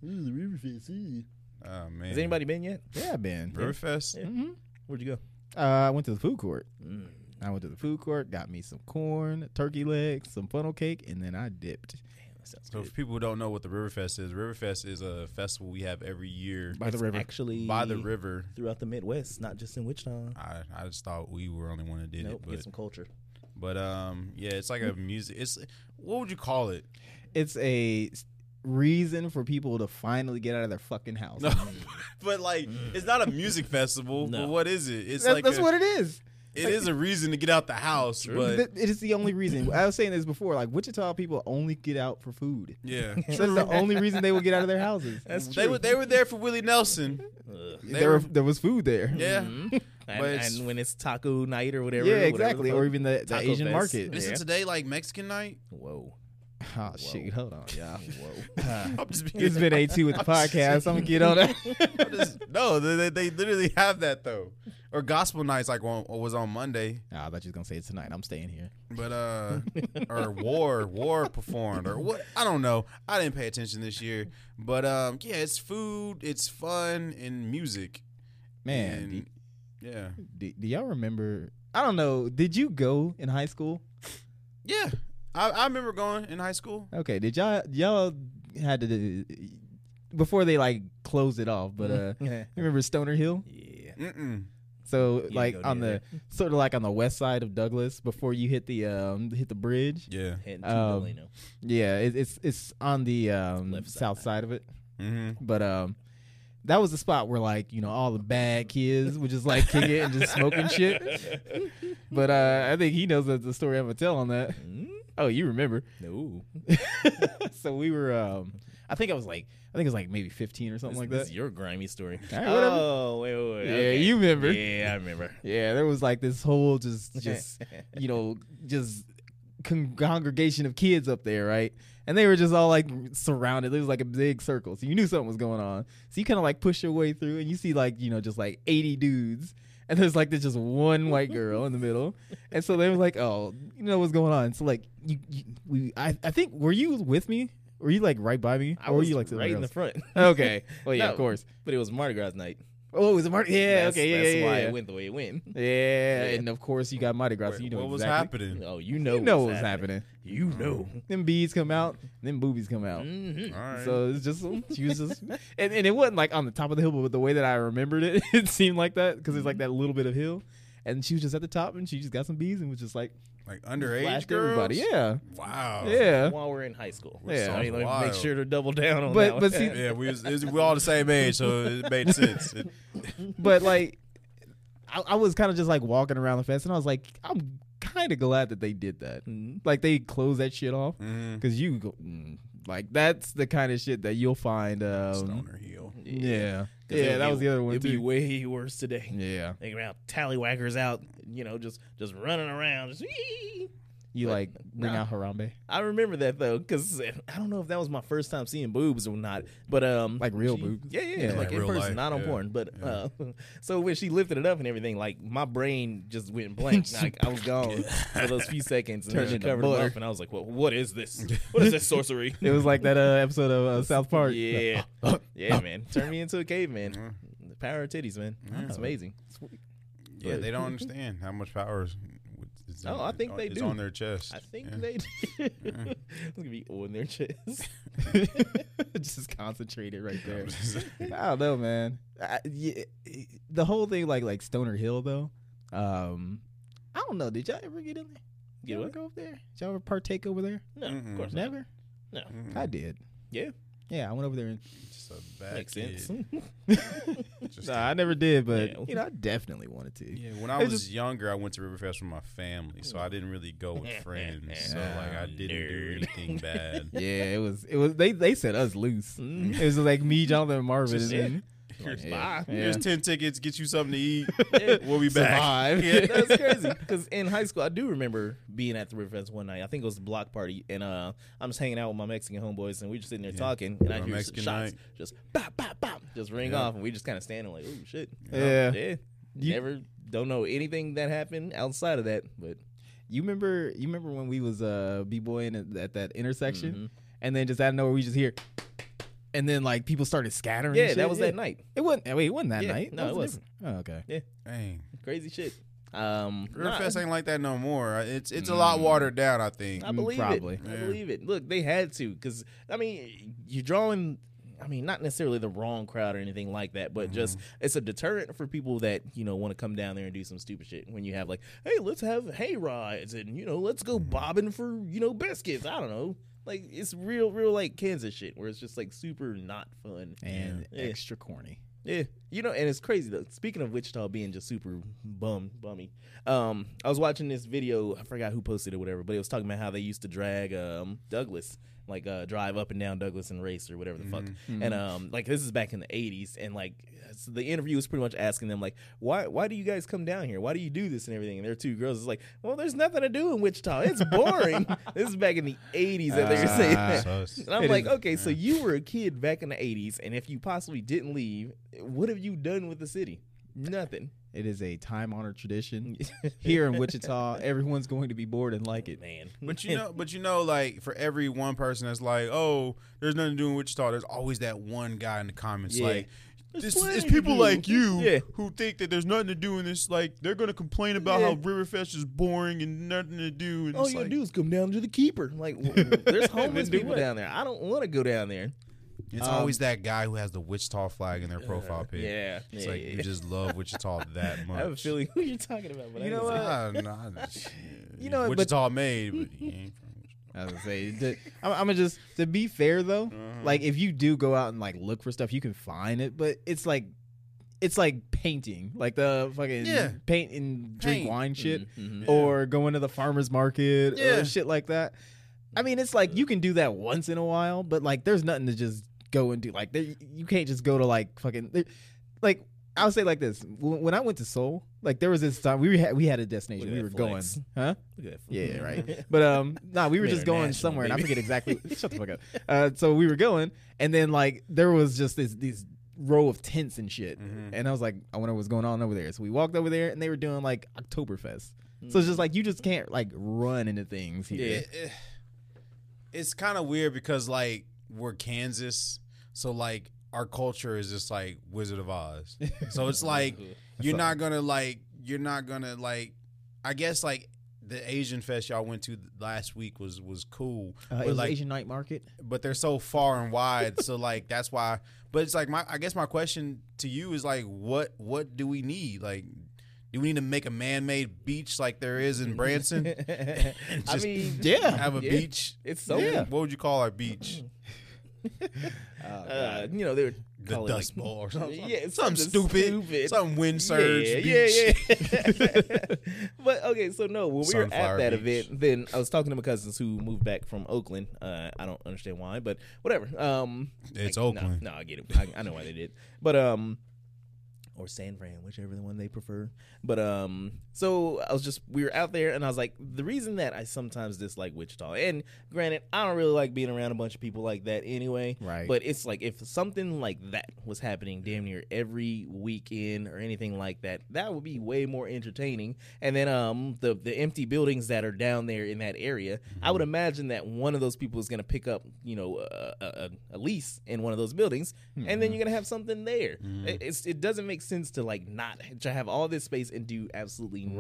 Speaker 3: oh, man.
Speaker 1: Has anybody been yet?
Speaker 2: yeah, Ben.
Speaker 3: Riverfest?
Speaker 1: Yeah.
Speaker 2: hmm
Speaker 1: Where'd you go?
Speaker 2: Uh, I went to the food court.
Speaker 1: Mm.
Speaker 2: I went to the food court, got me some corn, turkey legs, some funnel cake, and then I dipped.
Speaker 1: Damn, that sounds
Speaker 3: So,
Speaker 1: good.
Speaker 3: for people who don't know what the Riverfest is, Riverfest is a festival we have every year
Speaker 2: By the river.
Speaker 1: Actually,
Speaker 3: by the river.
Speaker 1: throughout the Midwest, not just in Wichita.
Speaker 3: I, I just thought we were only one that did
Speaker 1: Nope,
Speaker 3: it,
Speaker 1: get some culture.
Speaker 3: but but um yeah, it's like a music. It's what would you call it?
Speaker 2: It's a s- reason for people to finally get out of their fucking house.
Speaker 3: No, but like it's not a music festival.
Speaker 1: No.
Speaker 3: But what is it? It's
Speaker 2: that's
Speaker 3: like
Speaker 2: that's
Speaker 3: a,
Speaker 2: what it is.
Speaker 3: it is a reason to get out the house, but
Speaker 2: Th- it is the only reason. I was saying this before. Like Wichita people only get out for food.
Speaker 3: yeah,
Speaker 2: That's the only reason they would get out of their houses.
Speaker 1: That's
Speaker 3: they were they were there for Willie Nelson.
Speaker 1: Ugh.
Speaker 3: They
Speaker 2: there,
Speaker 3: were-
Speaker 2: there was food there.
Speaker 3: Yeah,
Speaker 1: And,
Speaker 3: But it's-
Speaker 1: and when it's taco night or whatever,
Speaker 2: Yeah,
Speaker 1: whatever the
Speaker 2: exactly.
Speaker 1: fuck.
Speaker 2: Or even the, the
Speaker 1: Taco
Speaker 2: Asian
Speaker 1: Fest.
Speaker 2: market.
Speaker 3: isn't
Speaker 1: Yeah.
Speaker 3: today like Mexican night?
Speaker 1: whoa,
Speaker 2: Oh shoot! Hold on, y'all.
Speaker 3: I'm just being,
Speaker 2: It's been a two with the
Speaker 1: Oh,
Speaker 2: podcast. I'm gonna get on that.
Speaker 3: I'm just- no, they, they, they literally have that though. Or gospel nights like one was on Monday,
Speaker 2: Nah, I thought you was gonna say it tonight. I'm staying here.
Speaker 3: but uh, or war war performed or what? I don't know. I didn't pay attention this year, but um, yeah, it's food, it's fun, and music.
Speaker 2: Man,
Speaker 3: And- yeah,
Speaker 2: do, do y'all remember? I don't know. Did you go in high school?
Speaker 3: yeah. I, I remember going in high school.
Speaker 2: Okay, did y'all y'all had to do, before they like closed it off? But uh,
Speaker 1: yeah.
Speaker 2: you remember Stoner Hill?
Speaker 1: Yeah.
Speaker 3: Mm-mm.
Speaker 2: So
Speaker 1: You
Speaker 2: like
Speaker 1: didn't go
Speaker 2: on
Speaker 1: near
Speaker 2: the sort of like on the west side of Douglas before you hit the um hit the bridge.
Speaker 3: Yeah.
Speaker 1: Heading to
Speaker 2: Um,
Speaker 1: Delano.
Speaker 2: Yeah, it, it's it's on the um
Speaker 1: Left side.
Speaker 2: south side of it.
Speaker 3: Mm-hmm.
Speaker 2: But um, that was the spot where like you know all the bad kids would just like kick it and just smoking shit. But uh, I think he knows the, the story I'm gonna tell on that.
Speaker 1: Mm?
Speaker 2: Oh, you remember?
Speaker 1: No.
Speaker 2: so we were um, I think I was like I think it was like maybe 15 or something
Speaker 1: This-
Speaker 2: like
Speaker 1: this
Speaker 2: that.
Speaker 1: is your grimy story.
Speaker 2: All right, whatever.
Speaker 1: oh, wait, wait, wait.
Speaker 2: yeah,
Speaker 1: okay.
Speaker 2: you remember?
Speaker 1: Yeah, I remember.
Speaker 2: Yeah, there was like this whole just just you know just con- congregation of kids up there, right? And they were just all like surrounded. It was like a big circle, so you knew something was going on. So you kind of like push your way through, and you see like you know just like eighty dudes, and there's like there's just one white girl in the middle, and so they were like, oh, you know what's going on? So like you, you we I I think were you with me? Were you like right by me?
Speaker 1: I
Speaker 2: or were
Speaker 1: was
Speaker 2: you like
Speaker 1: right
Speaker 2: somewhere
Speaker 1: in the
Speaker 2: else?
Speaker 1: front.
Speaker 2: Okay, well yeah,
Speaker 1: No.
Speaker 2: of course.
Speaker 1: But it was Mardi Gras night.
Speaker 2: Oh, it was a Martin. Yeah,
Speaker 1: that's,
Speaker 2: okay, yeah,
Speaker 1: That's
Speaker 2: yeah,
Speaker 1: why
Speaker 2: yeah.
Speaker 1: it went the way it went.
Speaker 2: Yeah,
Speaker 1: Yeah.
Speaker 2: and of course you got Mardi Gras. so you know
Speaker 3: what was
Speaker 2: exactly.
Speaker 3: happening?
Speaker 1: Oh, you know,
Speaker 2: You know
Speaker 1: what's
Speaker 2: what's happening. Oh.
Speaker 1: You know.
Speaker 2: Them beads come out, them boobies come out.
Speaker 1: Mhm.
Speaker 3: Mm, All right.
Speaker 2: So it's just she was just, and, and it wasn't like on the top of the hill, but the way that I remembered it, it seemed like that because it's like
Speaker 3: Mm-hmm.
Speaker 2: that little bit of hill, and she was just at the top, and she just got some beads and was just like
Speaker 3: like underage
Speaker 2: flashed
Speaker 3: girls.
Speaker 2: everybody. Yeah,
Speaker 3: Wow.
Speaker 2: yeah.
Speaker 1: While we're in high school.
Speaker 2: Yeah.
Speaker 1: So, I mean, let me
Speaker 3: Wild.
Speaker 1: make sure to double down on
Speaker 2: But-
Speaker 1: that.
Speaker 2: but
Speaker 1: one.
Speaker 2: see-
Speaker 3: Yeah, we was, it was we all the same age, so it made sense. It-
Speaker 2: But like, I, I was kind of just like walking around the fence, and I was like, I'm kind of glad that they did that.
Speaker 3: Mm-hmm.
Speaker 1: Mhm.
Speaker 2: Like they closed that shit off
Speaker 3: Mhm.
Speaker 2: because you go, mm, like that's the kind of shit that you'll find. Um,
Speaker 3: Stoner heel.
Speaker 2: Yeah.
Speaker 1: 'Cause
Speaker 2: Yeah,
Speaker 1: it'd
Speaker 2: that
Speaker 1: be-
Speaker 2: was the other one
Speaker 1: It'd be
Speaker 2: too.
Speaker 1: way worse today.
Speaker 2: Yeah.
Speaker 1: They gonna have tallywhackers out, you know, just just running around. Just "Ee."
Speaker 2: You
Speaker 1: But
Speaker 2: like bring
Speaker 1: nah.
Speaker 2: out Harambe?
Speaker 1: I remember that though, because I don't know if that was my first time seeing boobs or not, but um,
Speaker 2: Like real
Speaker 1: she-
Speaker 2: boobs?
Speaker 1: yeah, yeah,
Speaker 2: Yeah.
Speaker 1: like,
Speaker 2: Like
Speaker 1: in
Speaker 3: real
Speaker 1: person,
Speaker 3: life,
Speaker 1: not on
Speaker 3: yeah,
Speaker 1: porn. But
Speaker 3: yeah.
Speaker 1: uh, so when she lifted it up and everything, like my brain just went blank. Like I was gone for those few seconds, and then
Speaker 2: Turned
Speaker 1: she
Speaker 2: into
Speaker 1: covered it
Speaker 2: butter.
Speaker 1: up, and I was like, "Well, what is this? What is this sorcery?"
Speaker 2: It was like that uh, episode of uh, South Park.
Speaker 1: Yeah, yeah, man, turn me into a caveman. The power of titties, man. It's amazing.
Speaker 3: Yeah, they don't understand how much power is. is
Speaker 1: Oh, I think
Speaker 3: is
Speaker 1: they
Speaker 3: is
Speaker 1: do.
Speaker 3: on their chest.
Speaker 1: I think
Speaker 3: Yeah.
Speaker 1: they. Did. it's gonna be on their chest.
Speaker 2: Just concentrated right there.
Speaker 3: Just-
Speaker 2: I don't know, man. I, yeah, the whole thing, like like Stoner Hill, though. Um, I don't know. Did y'all ever get in there?
Speaker 1: Get
Speaker 2: y'all ever
Speaker 1: what?
Speaker 2: go over there? Did y'all ever partake over there?
Speaker 1: No,
Speaker 3: Mm-mm.
Speaker 1: of course not.
Speaker 2: Never.
Speaker 3: Mm,
Speaker 2: I did.
Speaker 1: Yeah,
Speaker 2: Yeah, I went over there and.
Speaker 3: just a bad
Speaker 1: makes
Speaker 3: kid.
Speaker 1: sense.
Speaker 3: Just
Speaker 2: Nah, I never did, but
Speaker 1: Yeah.
Speaker 2: you know, I definitely wanted to.
Speaker 3: Yeah, when I
Speaker 2: It's
Speaker 3: was younger, I went to Riverfest with my family, so I didn't really go with friends. So like, I didn't do
Speaker 1: Nerd.
Speaker 3: anything bad.
Speaker 2: Yeah, it was. It was. They they set us loose.
Speaker 1: Mm.
Speaker 2: It was like me, Jonathan, and Marvin.
Speaker 3: Just
Speaker 2: and
Speaker 1: Like,
Speaker 2: Yeah.
Speaker 1: bye.
Speaker 3: Here's
Speaker 2: Yeah.
Speaker 3: ten tickets. Get you something to eat. We'll be back.
Speaker 2: Survive.
Speaker 3: Yeah.
Speaker 1: That's crazy. Because in high school, I do remember being at the Riverfest one night. I think it was the block party, and uh, I'm just hanging out with my Mexican homeboys, and we just sitting there talking, and I
Speaker 3: Our
Speaker 1: hear
Speaker 3: Mexican
Speaker 1: shots
Speaker 3: night.
Speaker 1: just bop, bop, bop, just ring
Speaker 3: Yeah.
Speaker 1: off, and we just kind of standing like, oh shit.
Speaker 2: Yeah.
Speaker 1: yeah.
Speaker 2: You-
Speaker 1: Never don't know anything that happened outside of that, but
Speaker 2: You remember? You remember when we was uh b boying at, at that intersection,
Speaker 1: Mm-hmm.
Speaker 2: and then just out of nowhere we just hear, and then like people started scattering.
Speaker 1: yeah,
Speaker 2: and
Speaker 1: that
Speaker 2: shit?
Speaker 1: was
Speaker 2: Yeah.
Speaker 1: that night.
Speaker 2: It wasn't. Wait, it wasn't that
Speaker 1: Yeah,
Speaker 2: night.
Speaker 1: no,
Speaker 2: That
Speaker 1: it
Speaker 2: was different. Oh, okay.
Speaker 3: Dang,
Speaker 1: Crazy shit. Um, nah, Mm.
Speaker 3: Riverfest ain't like that no more. It's it's a lot watered down. I think.
Speaker 1: I believe
Speaker 2: probably.
Speaker 1: it. I
Speaker 3: Yeah.
Speaker 1: believe it. Look, they had to because I mean, you're drawing. I mean, not necessarily the wrong crowd or anything like that, but just it's a deterrent for people that you know want to come down there and do some stupid shit. When you have like, hey, let's have hay rides and you know, let's go bobbing for you know biscuits. I don't know. Like it's real, real like Kansas shit where it's just like super not fun.
Speaker 2: And
Speaker 1: Yeah.
Speaker 2: extra corny.
Speaker 1: Yeah, you know, and it's crazy though. Speaking of Wichita being just super bum bummy, um, I was watching this video. I forgot who posted it, or whatever, but it was talking about how they used to drag um Douglas like uh, drive up and down Douglas and race or whatever the fuck. And um, like this is back in the '80s, and like so the interview was pretty much asking them like, why why do you guys come down here? Why do you do this and everything? And there are two girls. It's like, well, there's nothing to do in Wichita. It's boring. this is back in the '80s that they were saying that.
Speaker 3: So,
Speaker 1: And I'm
Speaker 2: It
Speaker 1: like,
Speaker 2: is-
Speaker 1: okay, so you were a kid back in the '80s, and if you possibly didn't leave, what have you done with the city? Nothing.
Speaker 2: It is a time honored tradition here in Wichita. Everyone's going to be bored and like it.
Speaker 1: man.
Speaker 3: but you know, but you know, like for every one person that's like, "Oh, there's nothing to do in Wichita," there's always that one guy in the comments
Speaker 1: Yeah.
Speaker 3: like, "This
Speaker 1: plenty
Speaker 3: it's
Speaker 1: to
Speaker 3: people
Speaker 1: do."
Speaker 3: like you
Speaker 1: Yeah.
Speaker 3: who think that there's nothing to do in this. Like they're gonna complain about
Speaker 1: Yeah.
Speaker 3: how Riverfest is boring and nothing to do." And
Speaker 2: Oh,
Speaker 1: all
Speaker 3: it's
Speaker 1: you
Speaker 3: like,
Speaker 1: do is come down to the keeper. Like, w- w- there's homeless
Speaker 2: do
Speaker 1: people
Speaker 2: what?
Speaker 1: down there. I don't want to go down there.
Speaker 3: It's always that guy who has the Wichita flag in their profile pic.
Speaker 1: Um, Yeah,
Speaker 3: It's
Speaker 1: yeah,
Speaker 3: like you
Speaker 1: yeah.
Speaker 3: just love Wichita that
Speaker 1: I
Speaker 3: much.
Speaker 1: have a feeling who you're talking about. But I
Speaker 2: You know
Speaker 1: can say-
Speaker 2: what?
Speaker 3: Ah, nah,
Speaker 2: You know, but-
Speaker 3: Wichita made. But you ain't from
Speaker 2: I was gonna say, to, I'm, I'm gonna just to be fair though.
Speaker 1: Mm. Mm-hmm.
Speaker 2: Like if you do go out and like look for stuff, you can find it, but it's like it's like painting, like the fucking
Speaker 3: Yeah.
Speaker 2: paint and drink
Speaker 3: Paint.
Speaker 2: wine shit,
Speaker 1: Mhm, mhm.
Speaker 2: or going to the farmers market
Speaker 3: Yeah.
Speaker 2: or shit like that. I mean, it's like you can do that once in a while, but like there's nothing to just go and do. Like there, you can't just go to like fucking there- like. I'll say it like this: when when I went to Seoul, like there was this time we had we had a destination
Speaker 1: Look at
Speaker 2: we were
Speaker 1: that flex.
Speaker 2: going, huh?
Speaker 1: Look at that.
Speaker 2: Yeah, right. But um, nah, we were
Speaker 1: I'm
Speaker 2: just going
Speaker 1: international,
Speaker 2: somewhere, and I
Speaker 1: baby.
Speaker 2: forget exactly. shut the fuck up. Uh, so we were going, and then like there was just this these row of tents and shit,
Speaker 1: Mm-hmm.
Speaker 2: and I was like, I wonder what's going on over there. So we walked over there, and they were doing like Oktoberfest. So it's just like you just can't like run into things here.
Speaker 1: Mm. Yeah.
Speaker 3: it- it's kind of weird because like we're Kansas, so like our culture is just like Wizard of Oz. So it's like you're not gonna like you're not gonna like I guess like the Asian fest y'all went to last week was was cool,
Speaker 2: Uh, it
Speaker 3: but
Speaker 2: was
Speaker 3: like
Speaker 2: Asian night market.
Speaker 3: but they're so far and wide, so like that's why. But it's like my I guess my question to you is like what what do we need like. Do we need to make a man-made beach like there is in Branson?
Speaker 1: I
Speaker 3: Just
Speaker 1: mean, uh,
Speaker 2: Yeah.
Speaker 3: have a
Speaker 1: Yeah.
Speaker 3: beach
Speaker 1: it's so.
Speaker 2: Yeah.
Speaker 3: what would you call our beach?
Speaker 1: Uh, you know, they were
Speaker 3: Oh, The
Speaker 1: calling,
Speaker 3: Dust
Speaker 1: like,
Speaker 3: Bowl or something.
Speaker 1: Yeah,
Speaker 3: something,
Speaker 1: something
Speaker 3: stupid,
Speaker 1: stupid.
Speaker 3: Something wind surge.
Speaker 1: yeah,
Speaker 3: beach.
Speaker 1: Yeah, yeah. but okay, so no, when we were
Speaker 3: Sunflower
Speaker 1: at that
Speaker 3: Beach.
Speaker 1: event, then I was talking to my cousins who moved back from Oakland. Uh, I don't understand why, but whatever. Um,
Speaker 3: It's
Speaker 1: like,
Speaker 3: Oakland.
Speaker 1: No, no, I get it. I, I know why they did. But um, or San Fran, whichever the one they prefer. But um, so I was just we were out there, and I was like, the reason that I sometimes dislike Wichita, and granted, I don't really like being around a bunch of people like that anyway.
Speaker 2: Right.
Speaker 1: But it's like if something like that was happening damn near every weekend or anything like that, that would be way more entertaining. And then um, the the empty buildings that are down there in that area, I would imagine that one of those people is going to pick up, you know, a, a, a- a lease in one of those buildings, and then you're going to have something there. It, it's, it doesn't make sense to like not to have all this space and do absolutely
Speaker 2: Right.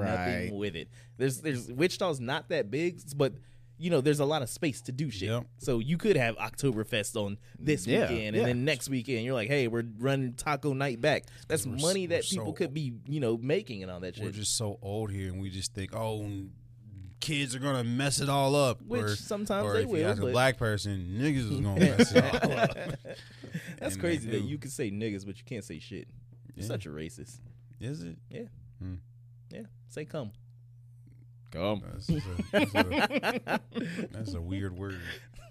Speaker 1: nothing with it. There's there's Wichita's not that big, but you know, there's a lot of space to do shit.
Speaker 3: Yep.
Speaker 1: So you could have Oktoberfest on this
Speaker 2: Yeah,
Speaker 1: weekend,
Speaker 2: yeah.
Speaker 1: and then next weekend you're like, "Hey, we're running Taco Night back." That's
Speaker 3: we're s-
Speaker 1: money
Speaker 3: we're
Speaker 1: that
Speaker 3: so-
Speaker 1: people could be, you know, making and all that
Speaker 3: We're
Speaker 1: shit.
Speaker 3: just so old here, and we just think, oh, kids are gonna mess it all up.
Speaker 1: Which
Speaker 3: or,
Speaker 1: sometimes
Speaker 3: or
Speaker 1: they
Speaker 3: if
Speaker 1: will,
Speaker 3: You ask a
Speaker 1: but-
Speaker 3: black person, niggas is gonna mess it all up.
Speaker 1: That's
Speaker 3: And they
Speaker 1: crazy that
Speaker 3: do.
Speaker 1: you can say niggas, but you can't say shit. You're
Speaker 3: Yeah.
Speaker 1: such a racist.
Speaker 3: Is it?
Speaker 1: Yeah, say come.
Speaker 2: Come.
Speaker 3: That's, a, that's, a, that's a weird word.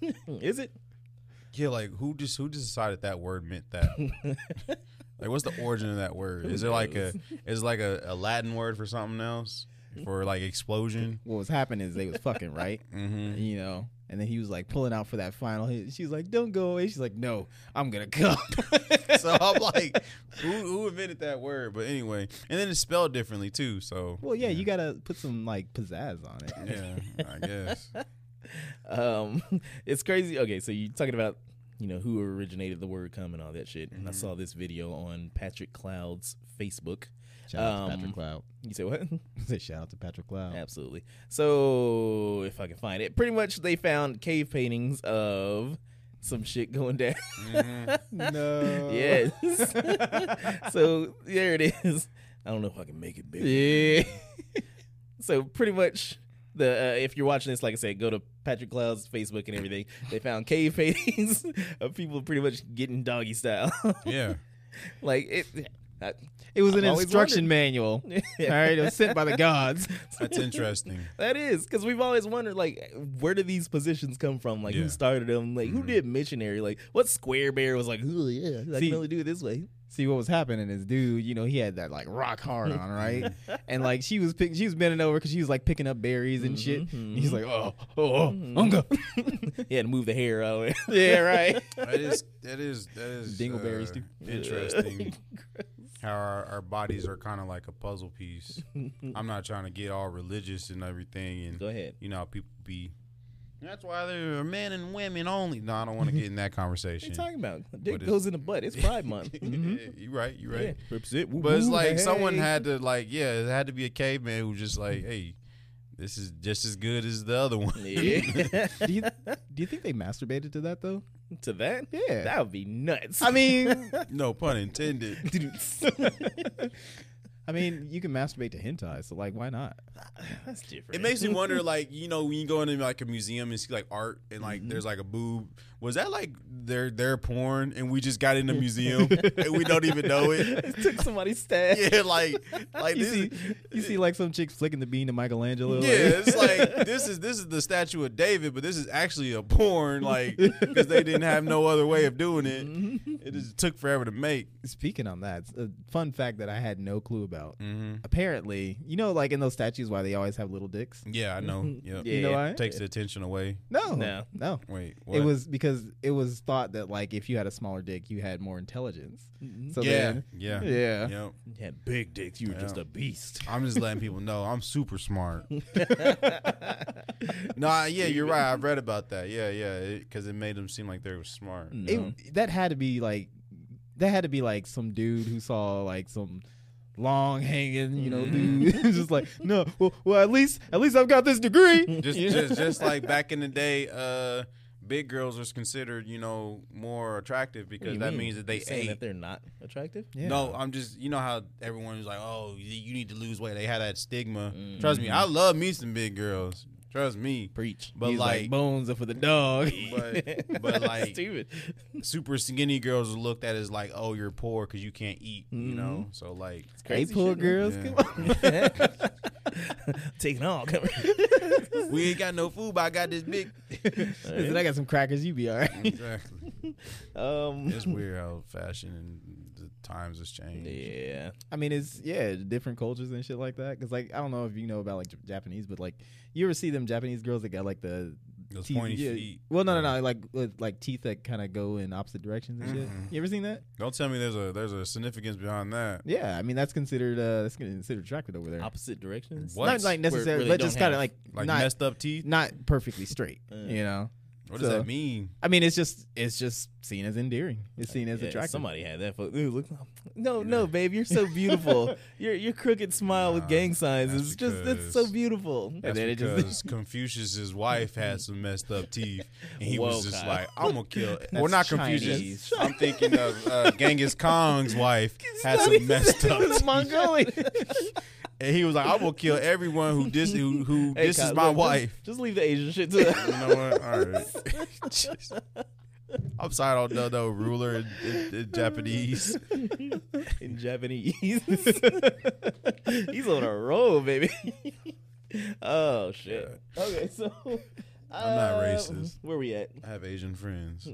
Speaker 1: Mm, Is it?
Speaker 3: Yeah, like who just who just decided that word meant that? like, what's the origin of that word? Is there like a is it like a, a Latin word for something else for like explosion?
Speaker 2: What was happening is they was fucking right,
Speaker 3: Mm-hmm.
Speaker 2: you know. And then he was like pulling out for that final. hit. She's like, "Don't go away." She's like, "No, I'm gonna come."
Speaker 3: So I'm like, who, who invented that word? But anyway, and then it's spelled differently too. So
Speaker 2: Well, yeah, you gotta put some like pizzazz on it.
Speaker 3: yeah, I guess.
Speaker 1: Um, it's crazy. Okay, so you're talking about, you know, who originated the word come and all that shit.
Speaker 3: Mm-hmm.
Speaker 1: And I saw this video on Patrick Cloud's Facebook.
Speaker 2: Shout out to
Speaker 1: Um,
Speaker 2: Patrick Cloud.
Speaker 1: You say what?
Speaker 2: Say shout out to Patrick Cloud.
Speaker 1: Absolutely. So if I can find it, pretty much they found cave paintings of some shit going down.
Speaker 3: Mm-hmm.
Speaker 2: No.
Speaker 1: yes. so there it is. I don't know if I can make it bigger.
Speaker 2: Yeah.
Speaker 1: So pretty much the uh, if you're watching this, like I said, go to Patrick Cloud's Facebook and everything. They found cave paintings of people pretty much getting doggy style.
Speaker 3: Yeah,
Speaker 1: like it. I,
Speaker 2: It was an
Speaker 1: I've always
Speaker 2: instruction
Speaker 1: wondered.
Speaker 2: manual. All right, it was sent by the gods.
Speaker 3: That's interesting.
Speaker 1: That is because we've always wondered, like, where did these positions come from? Like,
Speaker 3: Yeah.
Speaker 1: who started them? Like, who did missionary? Like, what Square Bear was like? Oh yeah, I
Speaker 2: See-
Speaker 1: can only do it this way.
Speaker 2: See what was happening is, dude, you know, he had that like rock hard on, right? and like she was pick, she was bending over because she was like picking up berries and shit.
Speaker 1: Mhm.
Speaker 2: He's like, oh, oh, oh, unga.
Speaker 1: Mm-hmm. He had to move the hair out.
Speaker 2: yeah, right.
Speaker 3: That is that is that is
Speaker 2: Dingleberries,
Speaker 3: uh,
Speaker 2: dude.
Speaker 3: Interesting. how our, our bodies are kind of like a puzzle piece. I'm not trying to get all religious and everything, and
Speaker 1: Go ahead.
Speaker 3: you know how people be. That's why there are men and women only. No, I don't want to get in that
Speaker 1: What
Speaker 3: conversation.
Speaker 1: you talking about? Dick
Speaker 3: But it's-
Speaker 1: goes in the butt. It's Pride Month.
Speaker 3: you right. You Mm-hmm. right.
Speaker 1: Yeah. Represent. Woo,
Speaker 3: But it's
Speaker 1: woo,
Speaker 3: like someone
Speaker 1: hey.
Speaker 3: had to like yeah, it had to be a caveman who just like hey, this is just as good as the other one.
Speaker 1: Yeah.
Speaker 2: do you do you think they masturbated to that though?
Speaker 1: to that.
Speaker 2: Yeah.
Speaker 1: that would be nuts.
Speaker 2: I mean,
Speaker 3: no pun intended.
Speaker 2: I mean, you can masturbate to hentai, so like, why not?
Speaker 1: that's different.
Speaker 3: It makes me wonder, like you know, when you go into like a museum and see like art and like
Speaker 2: Mm-hmm.
Speaker 3: there's like a boob. Was that like their their porn? And we just got in the museum and we don't even know it.
Speaker 1: took somebody's stash.
Speaker 3: Yeah, like like
Speaker 2: You
Speaker 3: this.
Speaker 2: see, you see, like some chick flicking the bean to Michelangelo. like-
Speaker 3: yeah, it's like this is this is the statue of David, but this is actually a porn, like because they didn't have no other way of doing it.
Speaker 2: Mm-hmm.
Speaker 3: It just took forever to make.
Speaker 2: Speaking on that, it's a fun fact that I had no clue about.
Speaker 3: Mm-hmm.
Speaker 2: Apparently, you know, like in those statues, why they always have little dicks?
Speaker 3: Yeah, I know. Yep.
Speaker 1: Yeah.
Speaker 2: You know why?
Speaker 3: Takes the attention away.
Speaker 2: No,
Speaker 1: No.
Speaker 2: no.
Speaker 3: Wait,
Speaker 2: It
Speaker 3: what?
Speaker 2: was because it was thought that like if you had a smaller dick, you had more intelligence. So
Speaker 3: yeah,
Speaker 2: then,
Speaker 3: yeah,
Speaker 2: yeah.
Speaker 3: Yep.
Speaker 1: You had big dicks. You were just
Speaker 3: Yeah.
Speaker 1: a beast.
Speaker 3: I'm just letting people know I'm super smart. no, I- yeah, you're right. I've read about that. Yeah, yeah, because it, made them seem like they were smart.
Speaker 1: No.
Speaker 2: It, that had to be like that had to be like some dude who saw like some long hanging, you know, dude just like no, well, well, at least at least I've got this degree.
Speaker 3: Just, just, just like back in the day, uh, big girls was considered, you know, more attractive
Speaker 1: What do
Speaker 3: because
Speaker 1: you
Speaker 3: that
Speaker 1: mean?
Speaker 3: means that they
Speaker 1: You're saying
Speaker 3: ate.
Speaker 1: that they're not attractive.
Speaker 2: Yeah.
Speaker 3: No, I'm just, you know how everyone was like, oh, you, you need to lose weight. They had that stigma. Trust
Speaker 1: Mm.
Speaker 3: me, I love me some big girls. Trust me.
Speaker 1: Preach.
Speaker 3: But
Speaker 2: He's
Speaker 3: like,
Speaker 2: bones are for the dog.
Speaker 3: but, but like,
Speaker 1: stupid.
Speaker 3: super skinny girls are looked at as like, oh, you're poor because you can't eat.
Speaker 2: Mm-hmm.
Speaker 3: You know, so like,
Speaker 2: Hey,
Speaker 1: Crazy
Speaker 2: poor
Speaker 1: shit.
Speaker 2: girls,
Speaker 3: Yeah.
Speaker 2: come on.
Speaker 1: Taking all.
Speaker 3: we ain't got no food, but I got this big.
Speaker 2: Listen, I got some crackers. You be all right.
Speaker 3: exactly.
Speaker 1: um.
Speaker 3: It's weird how fashion and the times has changed.
Speaker 1: Yeah.
Speaker 2: I mean, it's yeah, different cultures and shit like that. Because like I don't know if you know about like J- Japanese, but like you ever see them Japanese girls that got like the
Speaker 3: Those
Speaker 2: teeth-
Speaker 3: pointy
Speaker 2: yeah,
Speaker 3: feet.
Speaker 2: Well, no, no, no, like with, like teeth that kind of go in opposite directions and shit. You ever seen that?
Speaker 3: Don't tell me there's a there's a significance behind that.
Speaker 2: Yeah, I mean that's considered uh that's considered attractive over there.
Speaker 1: Opposite directions.
Speaker 3: What?
Speaker 2: Not like
Speaker 1: Where-
Speaker 2: necessarily,
Speaker 1: where they
Speaker 2: but just
Speaker 1: don't
Speaker 2: kind of
Speaker 1: have,
Speaker 2: like,
Speaker 3: Like
Speaker 2: not
Speaker 3: messed up teeth.
Speaker 2: not perfectly straight. you know,
Speaker 3: What does
Speaker 2: so-
Speaker 3: that mean?
Speaker 2: I mean it's just it's just seen as endearing. It's seen as
Speaker 1: Yeah,
Speaker 2: attractive.
Speaker 1: somebody had that. Fo- Ooh, look, no, no, babe, you're so beautiful. your your crooked smile with
Speaker 3: Nah,
Speaker 1: gang signs
Speaker 3: that's
Speaker 1: is just
Speaker 3: because-
Speaker 1: that's so beautiful.
Speaker 3: That's
Speaker 2: then it just-
Speaker 3: because Confucius's wife had some messed up teeth, and he
Speaker 1: Whoa,
Speaker 3: was just
Speaker 1: Kyle.
Speaker 3: like, "I'm gonna kill." Well, not
Speaker 2: Chinese.
Speaker 3: Confucius. I'm thinking of uh, Genghis Kong's wife had some messed up teeth.
Speaker 2: Mongolian.
Speaker 3: And he was like, I will kill everyone who dis who, who
Speaker 1: Hey,
Speaker 3: this is
Speaker 1: Kyle,
Speaker 3: my
Speaker 1: look,
Speaker 3: wife.
Speaker 1: Just, just leave the Asian shit to
Speaker 3: You know what? All right. Just- I'm sorry, I don't know no ruler in, in, in Japanese.
Speaker 1: in Japanese. He's on a roll, baby. oh shit. Okay, so
Speaker 3: I'm not
Speaker 1: uh,
Speaker 3: racist.
Speaker 1: Where we at?
Speaker 3: I have Asian friends.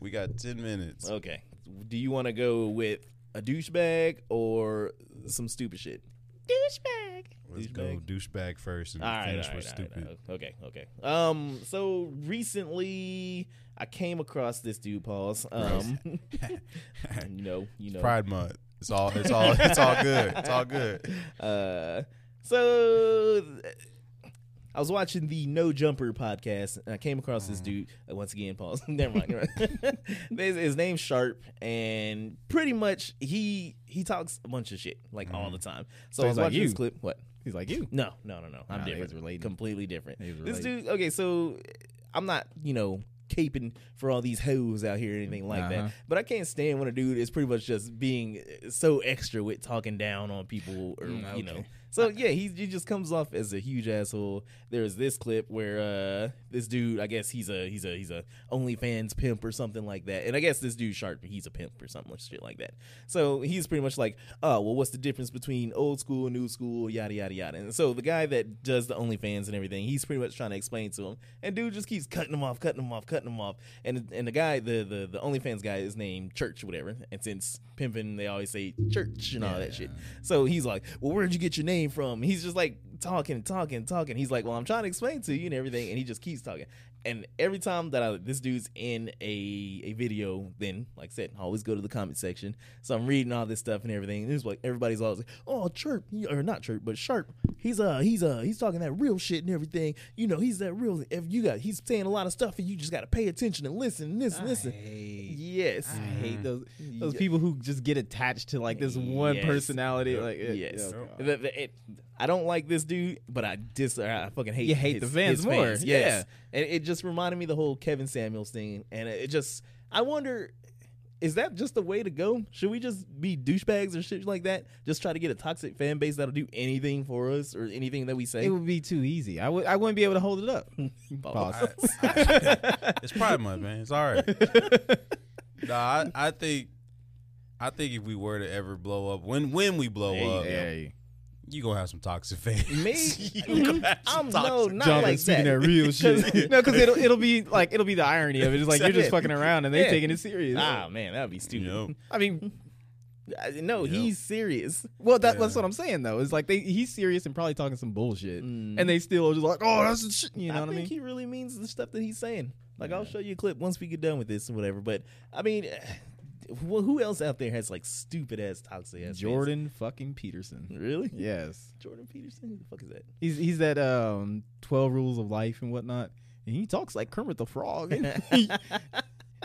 Speaker 3: we got ten minutes.
Speaker 1: Okay. Do you want to go with a douchebag or some stupid shit? Douchebag.
Speaker 3: Let's go douchebag first and
Speaker 1: All right,
Speaker 3: finish
Speaker 1: all right,
Speaker 3: with
Speaker 1: all right,
Speaker 3: stupid.
Speaker 1: all right. Okay, okay. Um, so recently I came across this dude, Pauls. Um, you know, you know,
Speaker 3: Pride Month. It's all it's all it's all good. It's all good.
Speaker 1: Uh, so th- I was watching the No Jumper podcast, and I came across this
Speaker 2: Mm-hmm.
Speaker 1: dude uh, once again. Pause. never mind. Never mind. his, his name's Sharp, and pretty much he he talks a bunch of shit like all the time. So, I
Speaker 2: Mm-hmm. he's
Speaker 1: was
Speaker 2: like
Speaker 1: watching this
Speaker 2: you.
Speaker 1: clip. What?
Speaker 2: He's like you.
Speaker 1: No, no, no, no. I'm
Speaker 2: Nah, they
Speaker 1: different.
Speaker 2: was relating.
Speaker 1: Completely different.
Speaker 2: They was
Speaker 1: This
Speaker 2: relating.
Speaker 1: dude. Okay, so I'm not. You know. Caping for all these hoes out here, or anything like
Speaker 2: Uh-huh.
Speaker 1: that. But I can't stand when a dude is pretty much just being so extra with talking down on people, or you know, So yeah, he, he just comes off as a huge asshole. There's this clip where uh, this dude, I guess he's a he's a he's a OnlyFans pimp or something like that. And I guess this dude Sharp, he's a pimp or something like shit like that. So he's pretty much like, oh well, what's the difference between old school and new school, yada yada yada. And so the guy that does the OnlyFans and everything, he's pretty much trying to explain to him, and dude just keeps cutting him off, cutting him off, cutting him off. And and the guy, the the the OnlyFans guy is named Church, whatever. And since pimping, they always say Church and all that shit. So he's like, well, where'd you get your name from? He's just like talking, talking, talking. He's like, well, I'm trying to explain to you and everything, and he just keeps talking. And every time that I, this dude's in a, a video, then like I said, I always go to the comment section. So I'm reading all this stuff and everything. And it's like everybody's always like, "Oh, chirp," or not chirp, but sharp. He's uh he's uh he's talking that real shit and everything. You know, he's that real. If you got, he's saying a lot of stuff, and you just got to pay attention and listen and this and this. and-
Speaker 2: Hey.
Speaker 1: Yes,
Speaker 2: I hate those those
Speaker 1: Yeah.
Speaker 2: people who just get attached to like this one
Speaker 1: Yes.
Speaker 2: personality.
Speaker 3: Yep.
Speaker 2: Like it,
Speaker 1: yes,
Speaker 2: oh, God.
Speaker 1: The- the- it- I don't like this dude, but I dis. I fucking hate.
Speaker 2: You hate
Speaker 1: his-
Speaker 2: the fans
Speaker 1: his
Speaker 2: more,
Speaker 1: fans, Yes, and it just reminded me of the whole Kevin Samuels thing, and it just. I wonder, is that just the way to go? Should we just be douchebags or shit like that? Just try to get a toxic fan base that'll do anything for us or anything that we say.
Speaker 2: it would be too easy. I would I wouldn't be able to hold it up. Pause.
Speaker 3: It's Pride Month, man. It's all right. Nah, I, I think, I think if we were to ever blow up, when when we blow
Speaker 1: There you
Speaker 3: up,
Speaker 2: Yeah, you-
Speaker 3: you gonna have some toxic fans.
Speaker 1: Me? Mm-hmm.
Speaker 3: you gonna have some
Speaker 1: I'm no,
Speaker 3: toxic.
Speaker 1: not
Speaker 2: Jonathan
Speaker 1: like
Speaker 2: speaking that
Speaker 1: that.
Speaker 2: real shit. no, because it'll it'll be like it'll be the irony of it. It's like you're just
Speaker 1: Exactly.
Speaker 2: fucking around and they
Speaker 1: Yeah.
Speaker 2: taking it serious.
Speaker 1: Ah man, that'd be
Speaker 3: you
Speaker 1: stupid.
Speaker 3: know,
Speaker 2: I mean,
Speaker 1: I- No,
Speaker 3: Yep.
Speaker 1: he's serious.
Speaker 2: well, that,
Speaker 3: Yeah.
Speaker 2: that's what I'm saying though. It's like they he's serious and probably talking some bullshit, and they still are just like, oh, that's shit. You know
Speaker 1: I
Speaker 2: what Mm. I
Speaker 1: think
Speaker 2: mean?
Speaker 1: he really means the stuff that he's saying. Like I'll show you a clip once we get done with this and whatever. But I mean, wh- who else out there has like stupid ass toxic ass? fans?
Speaker 2: Jordan fucking Peterson.
Speaker 1: really?
Speaker 2: Yes,
Speaker 1: Jordan Peterson? Who the fuck is that?
Speaker 2: he's he's that um twelve rules of life and whatnot, and he talks like Kermit the Frog. you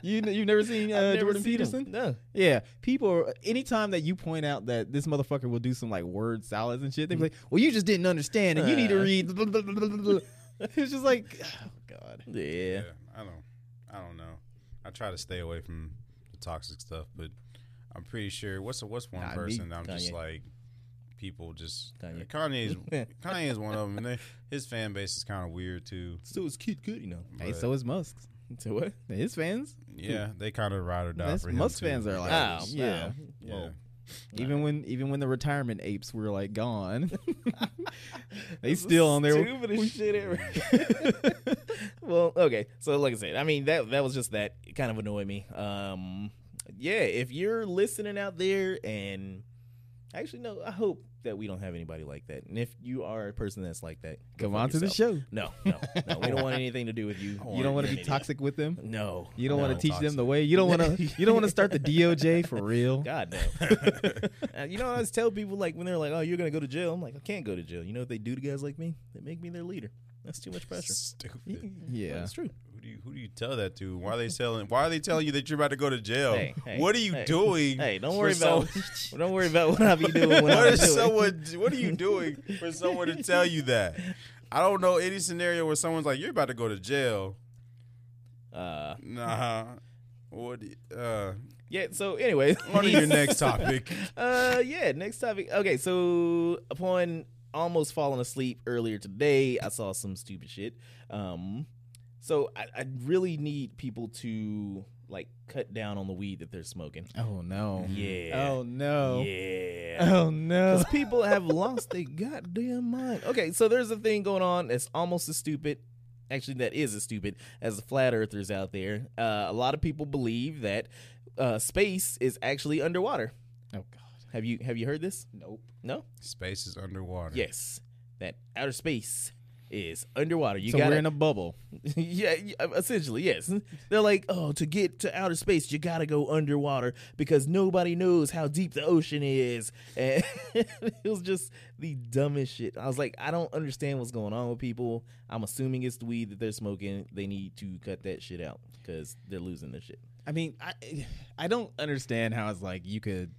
Speaker 2: you've never seen uh,
Speaker 1: I've never
Speaker 2: Jordan
Speaker 1: seen him.
Speaker 2: Peterson?
Speaker 1: No.
Speaker 2: Yeah, people. Are, anytime that you point out that this motherfucker will do some like word salads and
Speaker 1: Mm.
Speaker 2: shit, they be like, "Well, you just didn't understand, and you need to
Speaker 1: Uh.
Speaker 2: read." Blah, blah, blah, blah, blah, blah." it's just like, oh god.
Speaker 1: Yeah.
Speaker 3: yeah, I don't, I don't know. I try to stay away from the toxic stuff, but I'm pretty sure what's a, what's one
Speaker 1: Nah, me,
Speaker 3: person that I'm just
Speaker 1: Kanye.
Speaker 3: like people just uh,
Speaker 1: Kanye.
Speaker 3: Kanye's Kanye's one of them, and they- his fan base is kind of weird too.
Speaker 1: So it's Kid Good, you know.
Speaker 2: Hey,
Speaker 3: but-
Speaker 2: so is Musk.
Speaker 1: So what?
Speaker 2: His fans,
Speaker 3: Yeah, they kind of ride or die
Speaker 2: that's-
Speaker 3: for him.
Speaker 2: Musk
Speaker 3: too.
Speaker 2: fans are like,
Speaker 1: Wow, wow.
Speaker 2: yeah.
Speaker 3: yeah.
Speaker 1: Well,
Speaker 2: Even when even when the retirement apes were like gone, they still on their.
Speaker 1: stupidest shit ever. well, okay. So like I said, I mean that that was just that it kind of annoyed me. Um yeah, if you're listening out there and actually no, I hope that we don't have anybody like that. And if you are a person that's like that, go
Speaker 2: Come
Speaker 1: fuck
Speaker 2: on to the
Speaker 1: yourself.
Speaker 2: show.
Speaker 1: No, no, no. We don't want anything to do with you.
Speaker 2: You don't want to be
Speaker 1: You're an idiot.
Speaker 2: toxic with them.
Speaker 1: No.
Speaker 2: You don't want
Speaker 3: No,
Speaker 2: to teach them
Speaker 3: toxic.
Speaker 2: the way. You don't want to. You don't want to start the DOJ for real.
Speaker 1: God no. Uh, you know, I always tell people like when they're like, "Oh, you're gonna go to jail." I'm like, "I can't go to jail." You know what they do to guys like me? They make me their leader. That's too much pressure.
Speaker 3: Stupid.
Speaker 2: Yeah.
Speaker 1: That's true.
Speaker 3: Who do you who do you tell that to? Why are they selling? Why are they telling you that you're about to go to jail?
Speaker 1: Hey, hey,
Speaker 3: what are you
Speaker 1: hey.
Speaker 3: doing?
Speaker 1: Hey, don't
Speaker 3: for
Speaker 1: worry about
Speaker 3: someone-
Speaker 1: don't worry about what I be doing. When
Speaker 3: what
Speaker 1: I'm doing.
Speaker 3: is someone? What are you doing for someone to tell you that? I don't know any scenario where someone's like, "You're about to go to jail."
Speaker 1: Uh,
Speaker 3: Nah. What? do you- Uh,
Speaker 1: yeah. So anyway,
Speaker 3: on to your next topic.
Speaker 1: Uh, yeah. Next topic. Okay. So upon almost falling asleep earlier today, I saw some stupid shit. Um, so I, I really need people to like cut down on the weed that they're smoking.
Speaker 2: Oh no.
Speaker 1: Yeah.
Speaker 2: Oh no.
Speaker 1: Yeah.
Speaker 2: Oh no.
Speaker 1: Because people have lost their goddamn mind. Okay, so there's a thing going on that's almost as stupid. Actually, that is as stupid as the flat earthers out there. Uh, a lot of people believe that uh, space is actually underwater.
Speaker 2: Oh god.
Speaker 1: Have you have you heard this?
Speaker 2: Nope.
Speaker 1: No.
Speaker 3: Space is underwater.
Speaker 1: Yes, that outer space is underwater. You
Speaker 2: so
Speaker 1: got
Speaker 2: we're in a bubble.
Speaker 1: yeah, y- uh, essentially, yes. They're like, oh, to get to outer space, you gotta go underwater because nobody knows how deep the ocean is. And it was just the dumbest shit. I was like, I don't understand what's going on with people. I'm assuming it's the weed that they're smoking. They need to cut that shit out because they're losing their shit.
Speaker 2: I mean, I I don't understand how it's like you could.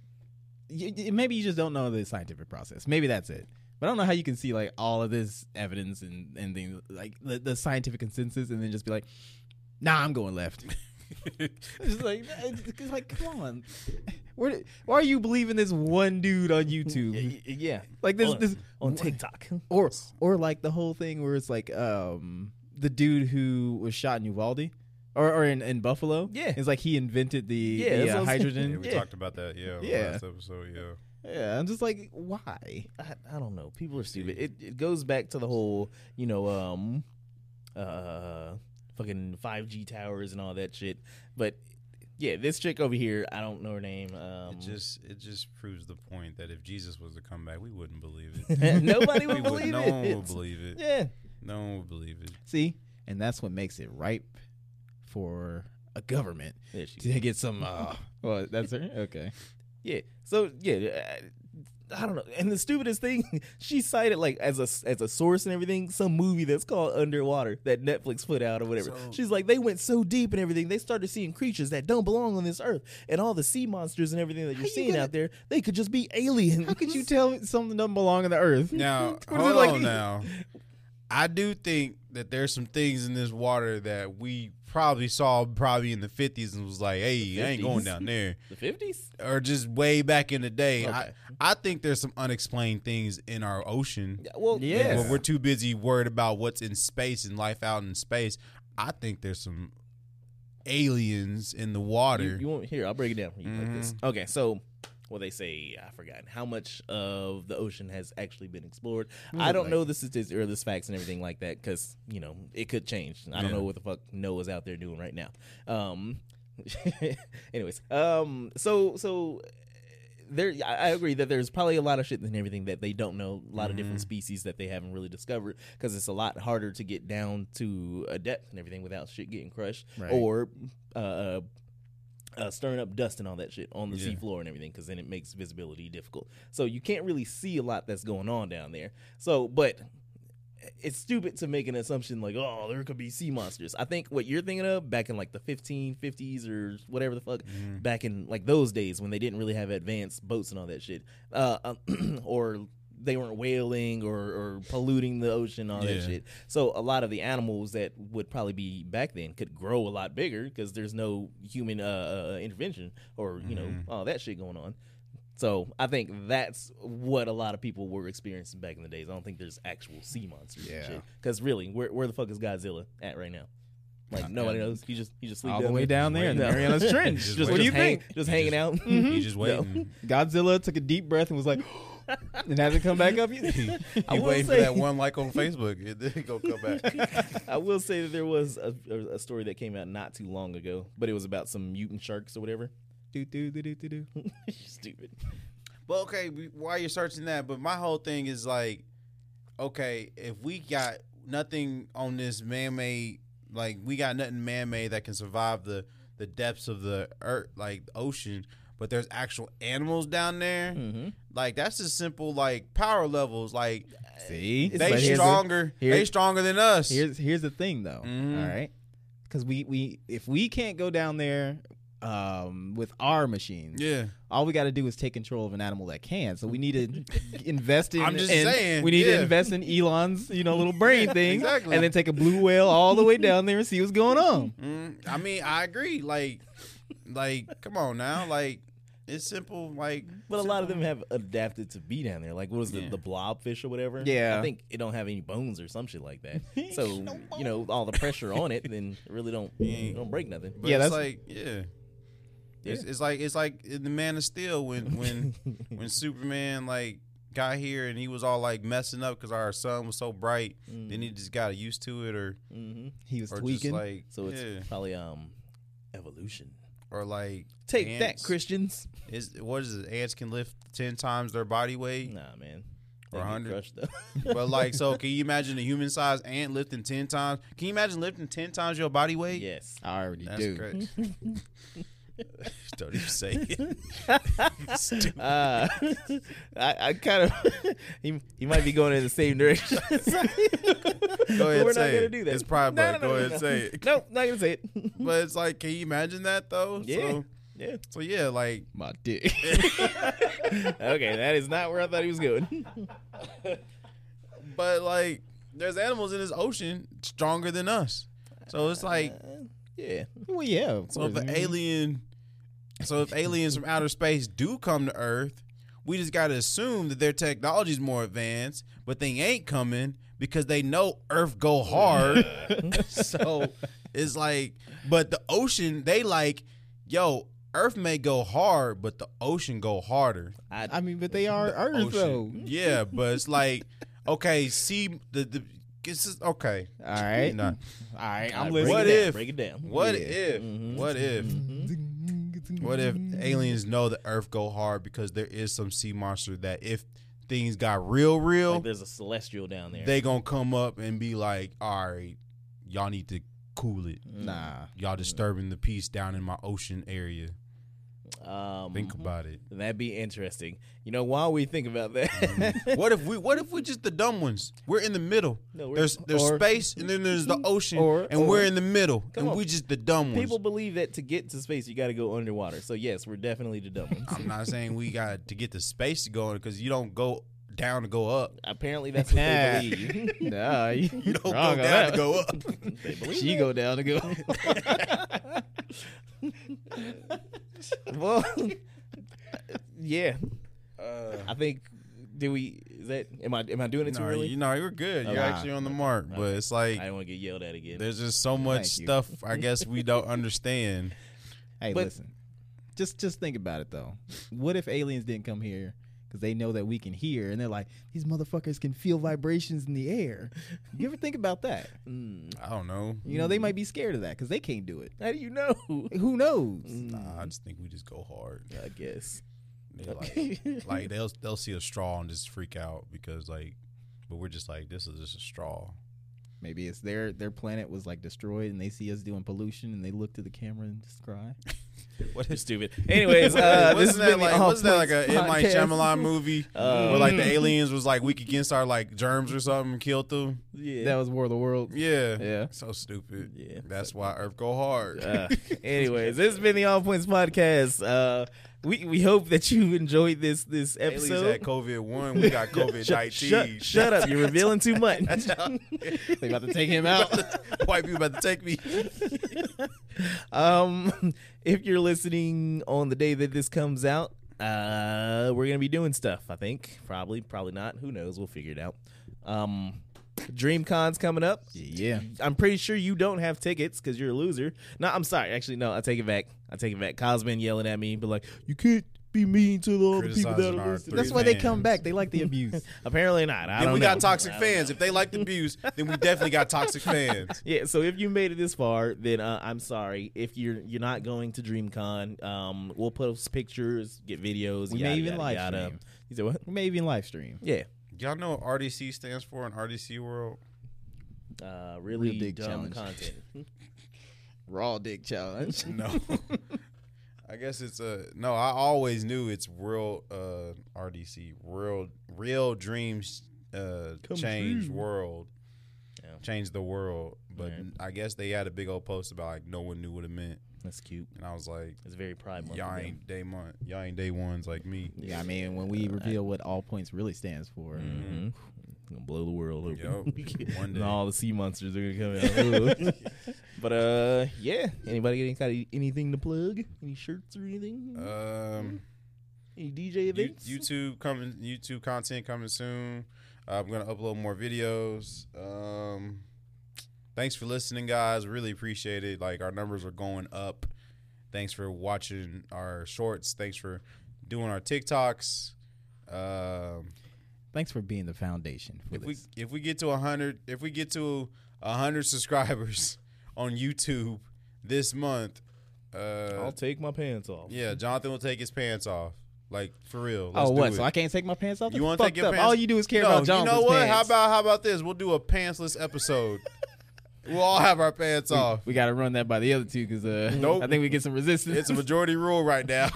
Speaker 2: y y- maybe you just don't know the scientific process. Maybe that's it. But I don't know how you can see like all of this evidence and and things like the, the scientific consensus, and then just be like, "Nah, I'm going left." It's like, it's like, come on. Where, did- why are you believing this one dude on YouTube?
Speaker 1: yeah,
Speaker 2: Like this,
Speaker 1: on,
Speaker 2: this
Speaker 1: on TikTok.
Speaker 2: or or like the whole thing where it's like um the dude who was shot in Uvalde or, or in, in Buffalo.
Speaker 1: Yeah.
Speaker 2: it's like he invented the,
Speaker 1: Yeah,
Speaker 2: the, uh,
Speaker 1: that's what I'm saying.
Speaker 3: Yeah,
Speaker 2: hydrogen.
Speaker 3: we
Speaker 1: Yeah.
Speaker 3: talked about that. Yeah, on the
Speaker 2: Yeah.
Speaker 3: last episode. Yeah,
Speaker 2: Yeah, I'm just like, why?
Speaker 1: I, I don't know. People are stupid. It, it goes back to the whole, you know, um, uh, fucking five G towers and all that shit. But yeah, this chick over here, I don't know her name. Um,
Speaker 3: it just it just proves the point that if Jesus was to come back, we wouldn't believe it.
Speaker 1: nobody
Speaker 3: We
Speaker 1: would
Speaker 3: would-
Speaker 1: believe
Speaker 3: no
Speaker 1: it.
Speaker 3: one would believe it.
Speaker 1: yeah,
Speaker 3: No one would believe it.
Speaker 2: See, and that's what makes it ripe for a government
Speaker 1: there she
Speaker 2: to get some. Uh, well, that's her. Okay,
Speaker 1: Yeah. So yeah, uh, I, I don't know. And the stupidest thing, she cited like as a as a source and everything, some movie that's called Underwater that Netflix put out or whatever.
Speaker 3: So-
Speaker 1: She's like, they went so deep and everything, they started seeing creatures that don't belong on this earth, and all the sea monsters and everything that you're
Speaker 2: you
Speaker 1: seeing
Speaker 2: gonna-
Speaker 1: out there, they could just be aliens.
Speaker 2: how could you tell something doesn't belong on the earth?
Speaker 3: Now,
Speaker 2: What is
Speaker 3: hold
Speaker 2: it like-
Speaker 3: on now. I do think that there's some things in this water that we probably saw probably in the 50s and was like, hey, I ain't
Speaker 1: 50s?
Speaker 3: going down there.
Speaker 1: The fifties?
Speaker 3: Or just way back in the day. I,
Speaker 1: Okay.
Speaker 3: I think there's some unexplained things in our ocean.
Speaker 1: Well,
Speaker 2: Yeah.
Speaker 3: When we're too busy worried about what's in space and life out in space, I think there's some aliens in the water.
Speaker 1: You, you won't here. I'll break it down for you like this. Okay, so well, they say I forgot how much of the ocean has actually been explored. I don't know the statistics or the facts and everything like that because you know it could change. I don't
Speaker 3: Yeah.
Speaker 1: know what the fuck Noah's out there doing right now. Um, anyways, um, so so there I I agree that there's probably a lot of shit and everything that they don't know, a lot of different species that they haven't really discovered because it's a lot harder to get down to a depth and everything without shit getting crushed
Speaker 2: Right.
Speaker 1: or uh, uh, stirring up dust and all that shit on the
Speaker 3: Yeah.
Speaker 1: seafloor and everything because then it makes visibility difficult. So you can't really see a lot that's going on down there. So, but it's stupid to make an assumption like, oh, there could be sea monsters. I think what you're thinking of back in like the 1550s or whatever the fuck, back in like those days when they didn't really have advanced boats and all that shit, uh, um, or they weren't whaling or, or polluting the ocean, all that
Speaker 3: Yeah.
Speaker 1: shit. So a lot of the animals that would probably be back then could grow a lot bigger because there's no human uh, uh, intervention or you know all that shit going on. So I think that's what a lot of people were experiencing back in the days. I don't think there's actual sea monsters and
Speaker 2: Yeah.
Speaker 1: shit. Because really, where where the fuck is Godzilla at right now? Like nobody knows. He just he just sleep
Speaker 2: All the way
Speaker 1: there.
Speaker 2: down there in the
Speaker 1: No.
Speaker 2: Marianas Trench.
Speaker 3: Just
Speaker 1: Just,
Speaker 2: what do you
Speaker 1: just hang-
Speaker 2: think?
Speaker 1: Just hanging
Speaker 3: just-
Speaker 1: out. Mm-hmm.
Speaker 3: You just waiting.
Speaker 2: Godzilla took a deep breath and was like, and hasn't come back up yet.
Speaker 1: I
Speaker 3: You
Speaker 1: will
Speaker 3: waiting for
Speaker 1: say-
Speaker 3: that one like on Facebook. It it gonna come back.
Speaker 1: I will say that there was a, a, a story that came out not too long ago, but it was about some mutant sharks or whatever.
Speaker 2: do, do, do, do, do, do.
Speaker 1: Stupid.
Speaker 3: But okay, we- why you're searching that? But my whole thing is like, okay, if we got nothing on this man-made, like we got nothing man-made that can survive the the depths of the earth, like the ocean. But there's actual animals down there.
Speaker 1: Hmm.
Speaker 2: Mm-hmm.
Speaker 3: Like that's just simple, like power levels. Like
Speaker 2: See,
Speaker 1: It's
Speaker 2: But
Speaker 3: they
Speaker 2: here's the-
Speaker 3: stronger.
Speaker 2: here-
Speaker 3: they stronger than us.
Speaker 2: Here's here's the thing though.
Speaker 3: Mhm.
Speaker 2: All right, because we we if we can't go down there um with our machines
Speaker 3: yeah,
Speaker 2: all we got to do is take control of an animal that can so we need to invest in
Speaker 3: I'm just
Speaker 2: in-
Speaker 3: saying,
Speaker 2: we need to
Speaker 3: yeah.
Speaker 2: invest in elon's you know little brain thing
Speaker 3: exactly.
Speaker 2: and then take a blue whale all the way down there and see what's going on
Speaker 3: Mm, I mean, I agree. Like, like, come on now. Like, it's simple. Like,
Speaker 1: But a lot of them have adapted to be down there. Like what was the,
Speaker 3: Yeah.
Speaker 1: the blobfish or whatever?
Speaker 2: Yeah.
Speaker 1: I think it don't have any bones or some shit like that. So you know, all the pressure on it, then it really don't
Speaker 3: Yeah.
Speaker 1: don't break nothing.
Speaker 3: But
Speaker 2: Yeah,
Speaker 3: it's
Speaker 2: that's-
Speaker 3: like yeah. It's, it's like it's like in the Man of Steel when when when Superman like got here and he was all like messing up because our sun was so bright. Then
Speaker 1: Mm.
Speaker 3: he just got used to it or
Speaker 1: hmm
Speaker 2: he was
Speaker 3: or
Speaker 2: tweaking
Speaker 3: just like
Speaker 1: So it's
Speaker 3: yeah.
Speaker 1: probably um evolution.
Speaker 3: or like
Speaker 1: Take
Speaker 3: ants.
Speaker 1: that, Christians.
Speaker 3: Is what is it? Ants can lift ten times their body weight.
Speaker 1: Nah, man.
Speaker 3: Or
Speaker 1: They get
Speaker 3: 100.
Speaker 1: crushed though.
Speaker 3: But like, so can you imagine a human sized ant lifting ten times? Can you imagine lifting ten times your body weight?
Speaker 1: yes.
Speaker 2: i already
Speaker 3: that's
Speaker 2: do
Speaker 3: correct. Don't even say it. Stupid.
Speaker 1: Uh, I, I kind of he, he might be going in the same direction. Go
Speaker 3: Go ahead,
Speaker 1: we're
Speaker 3: say
Speaker 1: not gonna
Speaker 3: it.
Speaker 1: do that.
Speaker 3: It's pride,
Speaker 1: No,
Speaker 3: but go
Speaker 1: no, no, no,
Speaker 3: ahead,
Speaker 1: no.
Speaker 3: say it.
Speaker 1: Nope, not gonna say it.
Speaker 3: But it's like, can you imagine that though?
Speaker 1: Yeah.
Speaker 3: So,
Speaker 1: yeah.
Speaker 3: so yeah, like
Speaker 2: my dick
Speaker 1: Okay, that is not where I thought he was going.
Speaker 3: but like there's animals in this ocean stronger than us. So it's like
Speaker 1: Yeah.
Speaker 2: Well, yeah. of
Speaker 3: So if
Speaker 2: course, I
Speaker 3: the
Speaker 2: mean,
Speaker 3: alien, so if aliens from outer space do come to Earth, we just gotta assume that their technology is more advanced, but they ain't coming because they know Earth go hard. so it's like, but the ocean, they like, yo, Earth may go hard, but the ocean go harder.
Speaker 2: I mean, but they are Earth though.
Speaker 3: Ocean, Oh, yeah, but it's like, okay, see the the. This is okay.
Speaker 2: All right.
Speaker 3: Nah.
Speaker 2: All right.
Speaker 1: All
Speaker 2: I'm
Speaker 1: right,
Speaker 2: listening.
Speaker 3: What
Speaker 1: break it down,
Speaker 3: if-
Speaker 1: break it down.
Speaker 3: What
Speaker 1: Yeah.
Speaker 3: if?
Speaker 1: Mhm.
Speaker 3: What if?
Speaker 1: Mhm.
Speaker 2: Mm-hmm.
Speaker 3: What if aliens know the Earth go hard because there is some sea monster that if things got real, real,
Speaker 1: Like there's a celestial down there.
Speaker 3: they gonna come up and be like, "All right, y'all need to cool it.
Speaker 1: Mm.
Speaker 2: Nah.
Speaker 3: Y'all disturbing the peace down in my ocean area.
Speaker 1: Um,
Speaker 3: Think about it.
Speaker 1: that'd be interesting. You know, while we think about that,
Speaker 3: What if we? What if we just the dumb ones? We're in the middle.
Speaker 1: No, we're-
Speaker 3: there's there's
Speaker 2: or-
Speaker 3: space and then there's the ocean,
Speaker 2: or-
Speaker 3: and
Speaker 2: or-
Speaker 3: we're in the middle,
Speaker 1: Come
Speaker 3: and
Speaker 1: on.
Speaker 3: we just the dumb ones.
Speaker 1: people believe that to get to space you got to go underwater. So yes, we're definitely the dumb ones.
Speaker 3: I'm not saying we got to get the space to go because you don't go down to go up.
Speaker 1: Apparently, that's what
Speaker 2: Nah.
Speaker 1: they believe.
Speaker 2: Nah. You
Speaker 3: You don't
Speaker 2: wrong on
Speaker 3: go
Speaker 2: that
Speaker 3: down to go up.
Speaker 1: they believe
Speaker 2: She go down to go.
Speaker 1: that. Well, yeah.
Speaker 3: Uh.
Speaker 1: I think. Do we? Is that? Am I? Am I doing it too
Speaker 3: No,
Speaker 1: early?
Speaker 3: you know you're good. You're
Speaker 1: Okay.
Speaker 3: actually on the mark, but it's like
Speaker 1: I don't want to get yelled at again.
Speaker 3: there's just so much
Speaker 2: Thank you.
Speaker 3: stuff. I guess we don't understand.
Speaker 2: hey,
Speaker 1: But-
Speaker 2: listen. Just just think about it though. What if aliens didn't come here? Because they know that we can hear, and they're like, these motherfuckers can feel vibrations in the air. You ever think about that?
Speaker 1: Mm.
Speaker 3: I don't know.
Speaker 2: You know, they might be scared of that because they can't do it.
Speaker 1: How do you know?
Speaker 2: Who knows?
Speaker 3: Nah, I just think we just go hard.
Speaker 1: I guess.
Speaker 3: They like, like they'll they'll see a straw and just freak out because like, but we're just like this is just a straw.
Speaker 2: Maybe it's their their planet was like destroyed, and they see us doing pollution, and they look to the camera and just cry.
Speaker 3: What
Speaker 1: You're
Speaker 3: is?
Speaker 1: stupid. Anyways, uh, this has
Speaker 3: wasn't
Speaker 1: been
Speaker 3: that
Speaker 1: the
Speaker 3: like
Speaker 1: All
Speaker 3: wasn't that like
Speaker 1: Points
Speaker 3: a M Night
Speaker 1: podcast.
Speaker 3: Shyamalan movie
Speaker 1: Uh,
Speaker 3: where like the aliens was like weak against our like germs or something and killed them?
Speaker 1: Yeah.
Speaker 2: That was War of the World.
Speaker 3: Yeah,
Speaker 2: Yeah.
Speaker 3: so stupid.
Speaker 1: Yeah.
Speaker 3: that's why Earth go hard.
Speaker 1: Uh, anyways, this has been the All Points podcast. Uh, we we hope that you enjoyed this this
Speaker 3: Aliens
Speaker 1: episode.
Speaker 3: had COVID one, we got COVID
Speaker 1: Shut,
Speaker 3: nineteen.
Speaker 1: shut, shut up! You're revealing too much.
Speaker 2: They about to take him out.
Speaker 3: White people about to take me.
Speaker 1: um, if you're listening on the day that this comes out, uh, we're gonna be doing stuff. I think probably, probably not. Who knows? We'll figure it out. Um, DreamCon's coming up.
Speaker 2: yeah.
Speaker 1: I'm pretty sure you don't have tickets because you're a loser. No, I'm sorry. Actually, no, I take it back. I take it back. Kyle's been yelling at me, but like, you can't be mean to all the people that
Speaker 3: Criticizing
Speaker 1: are
Speaker 3: our
Speaker 1: listening.
Speaker 3: three
Speaker 2: That's why they
Speaker 3: fans.
Speaker 2: come back. They like the abuse.
Speaker 1: Apparently not. I
Speaker 3: Then
Speaker 1: don't
Speaker 3: we
Speaker 1: know.
Speaker 3: got toxic
Speaker 1: I don't
Speaker 3: fans. If they liked abuse, then we definitely got toxic fans.
Speaker 1: Yeah, so if you made it this far, then uh, I'm sorry. If you're you're not going to DreamCon, um, we'll post pictures, get videos.
Speaker 2: We may
Speaker 1: yada,
Speaker 2: even
Speaker 1: yada,
Speaker 2: live
Speaker 1: yada.
Speaker 2: stream.
Speaker 1: You said what?
Speaker 2: Maybe in live stream.
Speaker 1: Yeah,
Speaker 3: Y'all know what RDC stands for in RDC world?
Speaker 1: uh, really
Speaker 2: Real dick
Speaker 1: dumb
Speaker 2: challenge.
Speaker 1: content.
Speaker 2: Raw dick challenge.
Speaker 3: No. I guess it's a no. I always knew it's real uh, RDC, real real dreams uh, change world,
Speaker 1: Yeah.
Speaker 3: change the world. But
Speaker 1: Alright.
Speaker 3: I guess they had a big old post about like no one knew what it meant,
Speaker 1: That's cute.
Speaker 3: and I was like,
Speaker 1: It's very pride month.
Speaker 3: y'all
Speaker 1: of them.
Speaker 3: ain't day one, y'all ain't day ones like me.
Speaker 2: Yeah, I mean, when we reveal what all points really stands for,
Speaker 1: Mhm. Gonna blow the world open.
Speaker 3: Yup, Mm-hmm. one
Speaker 1: And
Speaker 3: day.
Speaker 1: all the sea monsters are gonna come out. but uh, yeah. Anybody got any kind of anything to plug? Any shirts or anything?
Speaker 3: Um,
Speaker 1: any DJ
Speaker 3: You-
Speaker 1: events?
Speaker 3: YouTube coming, YouTube content coming soon. Uh, I'm gonna upload more videos. Um, thanks for listening, guys. Really appreciate it. Like our numbers are going up. Thanks for watching our shorts. Thanks for doing our TikToks. Um,
Speaker 2: thanks for being the foundation for
Speaker 3: if we
Speaker 2: this.
Speaker 3: if we get to hundred, if we get to hundred subscribers on YouTube this month, uh,
Speaker 1: I'll take my pants off.
Speaker 3: yeah, Jonathan will take his pants off. Like for real. Let's
Speaker 2: oh, what?
Speaker 3: Do it.
Speaker 2: So I can't take my pants off?
Speaker 3: You
Speaker 2: That's
Speaker 3: wanna take
Speaker 2: fucked
Speaker 3: your
Speaker 2: up.
Speaker 3: pants-
Speaker 2: All you do is care
Speaker 3: no,
Speaker 2: about Johnson's
Speaker 3: You know what? How
Speaker 2: pants.
Speaker 3: about how about this? We'll do a pantsless episode. we'll all have our pants off.
Speaker 2: we got to run that by the other two because uh,
Speaker 3: Nope.
Speaker 2: I think we get some resistance.
Speaker 3: It's a majority rule right now.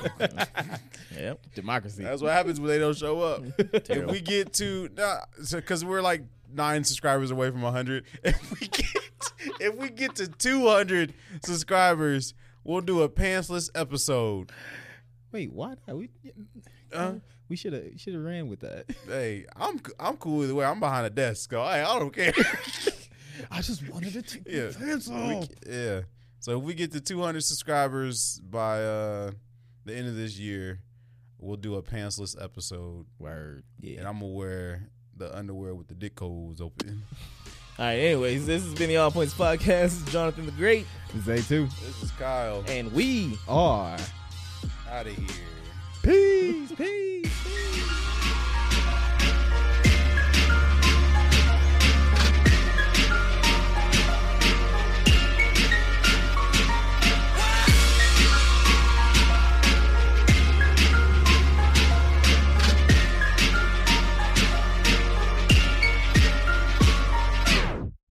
Speaker 1: Yep.
Speaker 2: democracy.
Speaker 3: That's what happens when they don't show up. if
Speaker 1: Terrible.
Speaker 3: we get to nah, so cuz we're like 9 subscribers away from 100. If we get if we get to 200 subscribers, we'll do a pantsless episode.
Speaker 2: Wait, what? Are we
Speaker 3: Uh,
Speaker 2: we should have should have ran with that.
Speaker 3: hey, I'm I'm cool either way. I'm behind a desk. So I, I don't care.
Speaker 2: I just wanted to take
Speaker 3: Yeah.
Speaker 1: Oh.
Speaker 2: pants off.
Speaker 3: yeah. So if we get to 200 subscribers by uh, the end of this year, we'll do a pantsless episode,
Speaker 2: Word.
Speaker 1: Yeah.
Speaker 3: and I'm gonna wear the underwear with the dick holes open.
Speaker 1: All right. Anyways, this has been the All Points Podcast. Jonathan the Great,
Speaker 2: Zay too.
Speaker 3: this is Kyle.
Speaker 1: and we
Speaker 2: Or
Speaker 3: Out of here.
Speaker 2: peace, peace.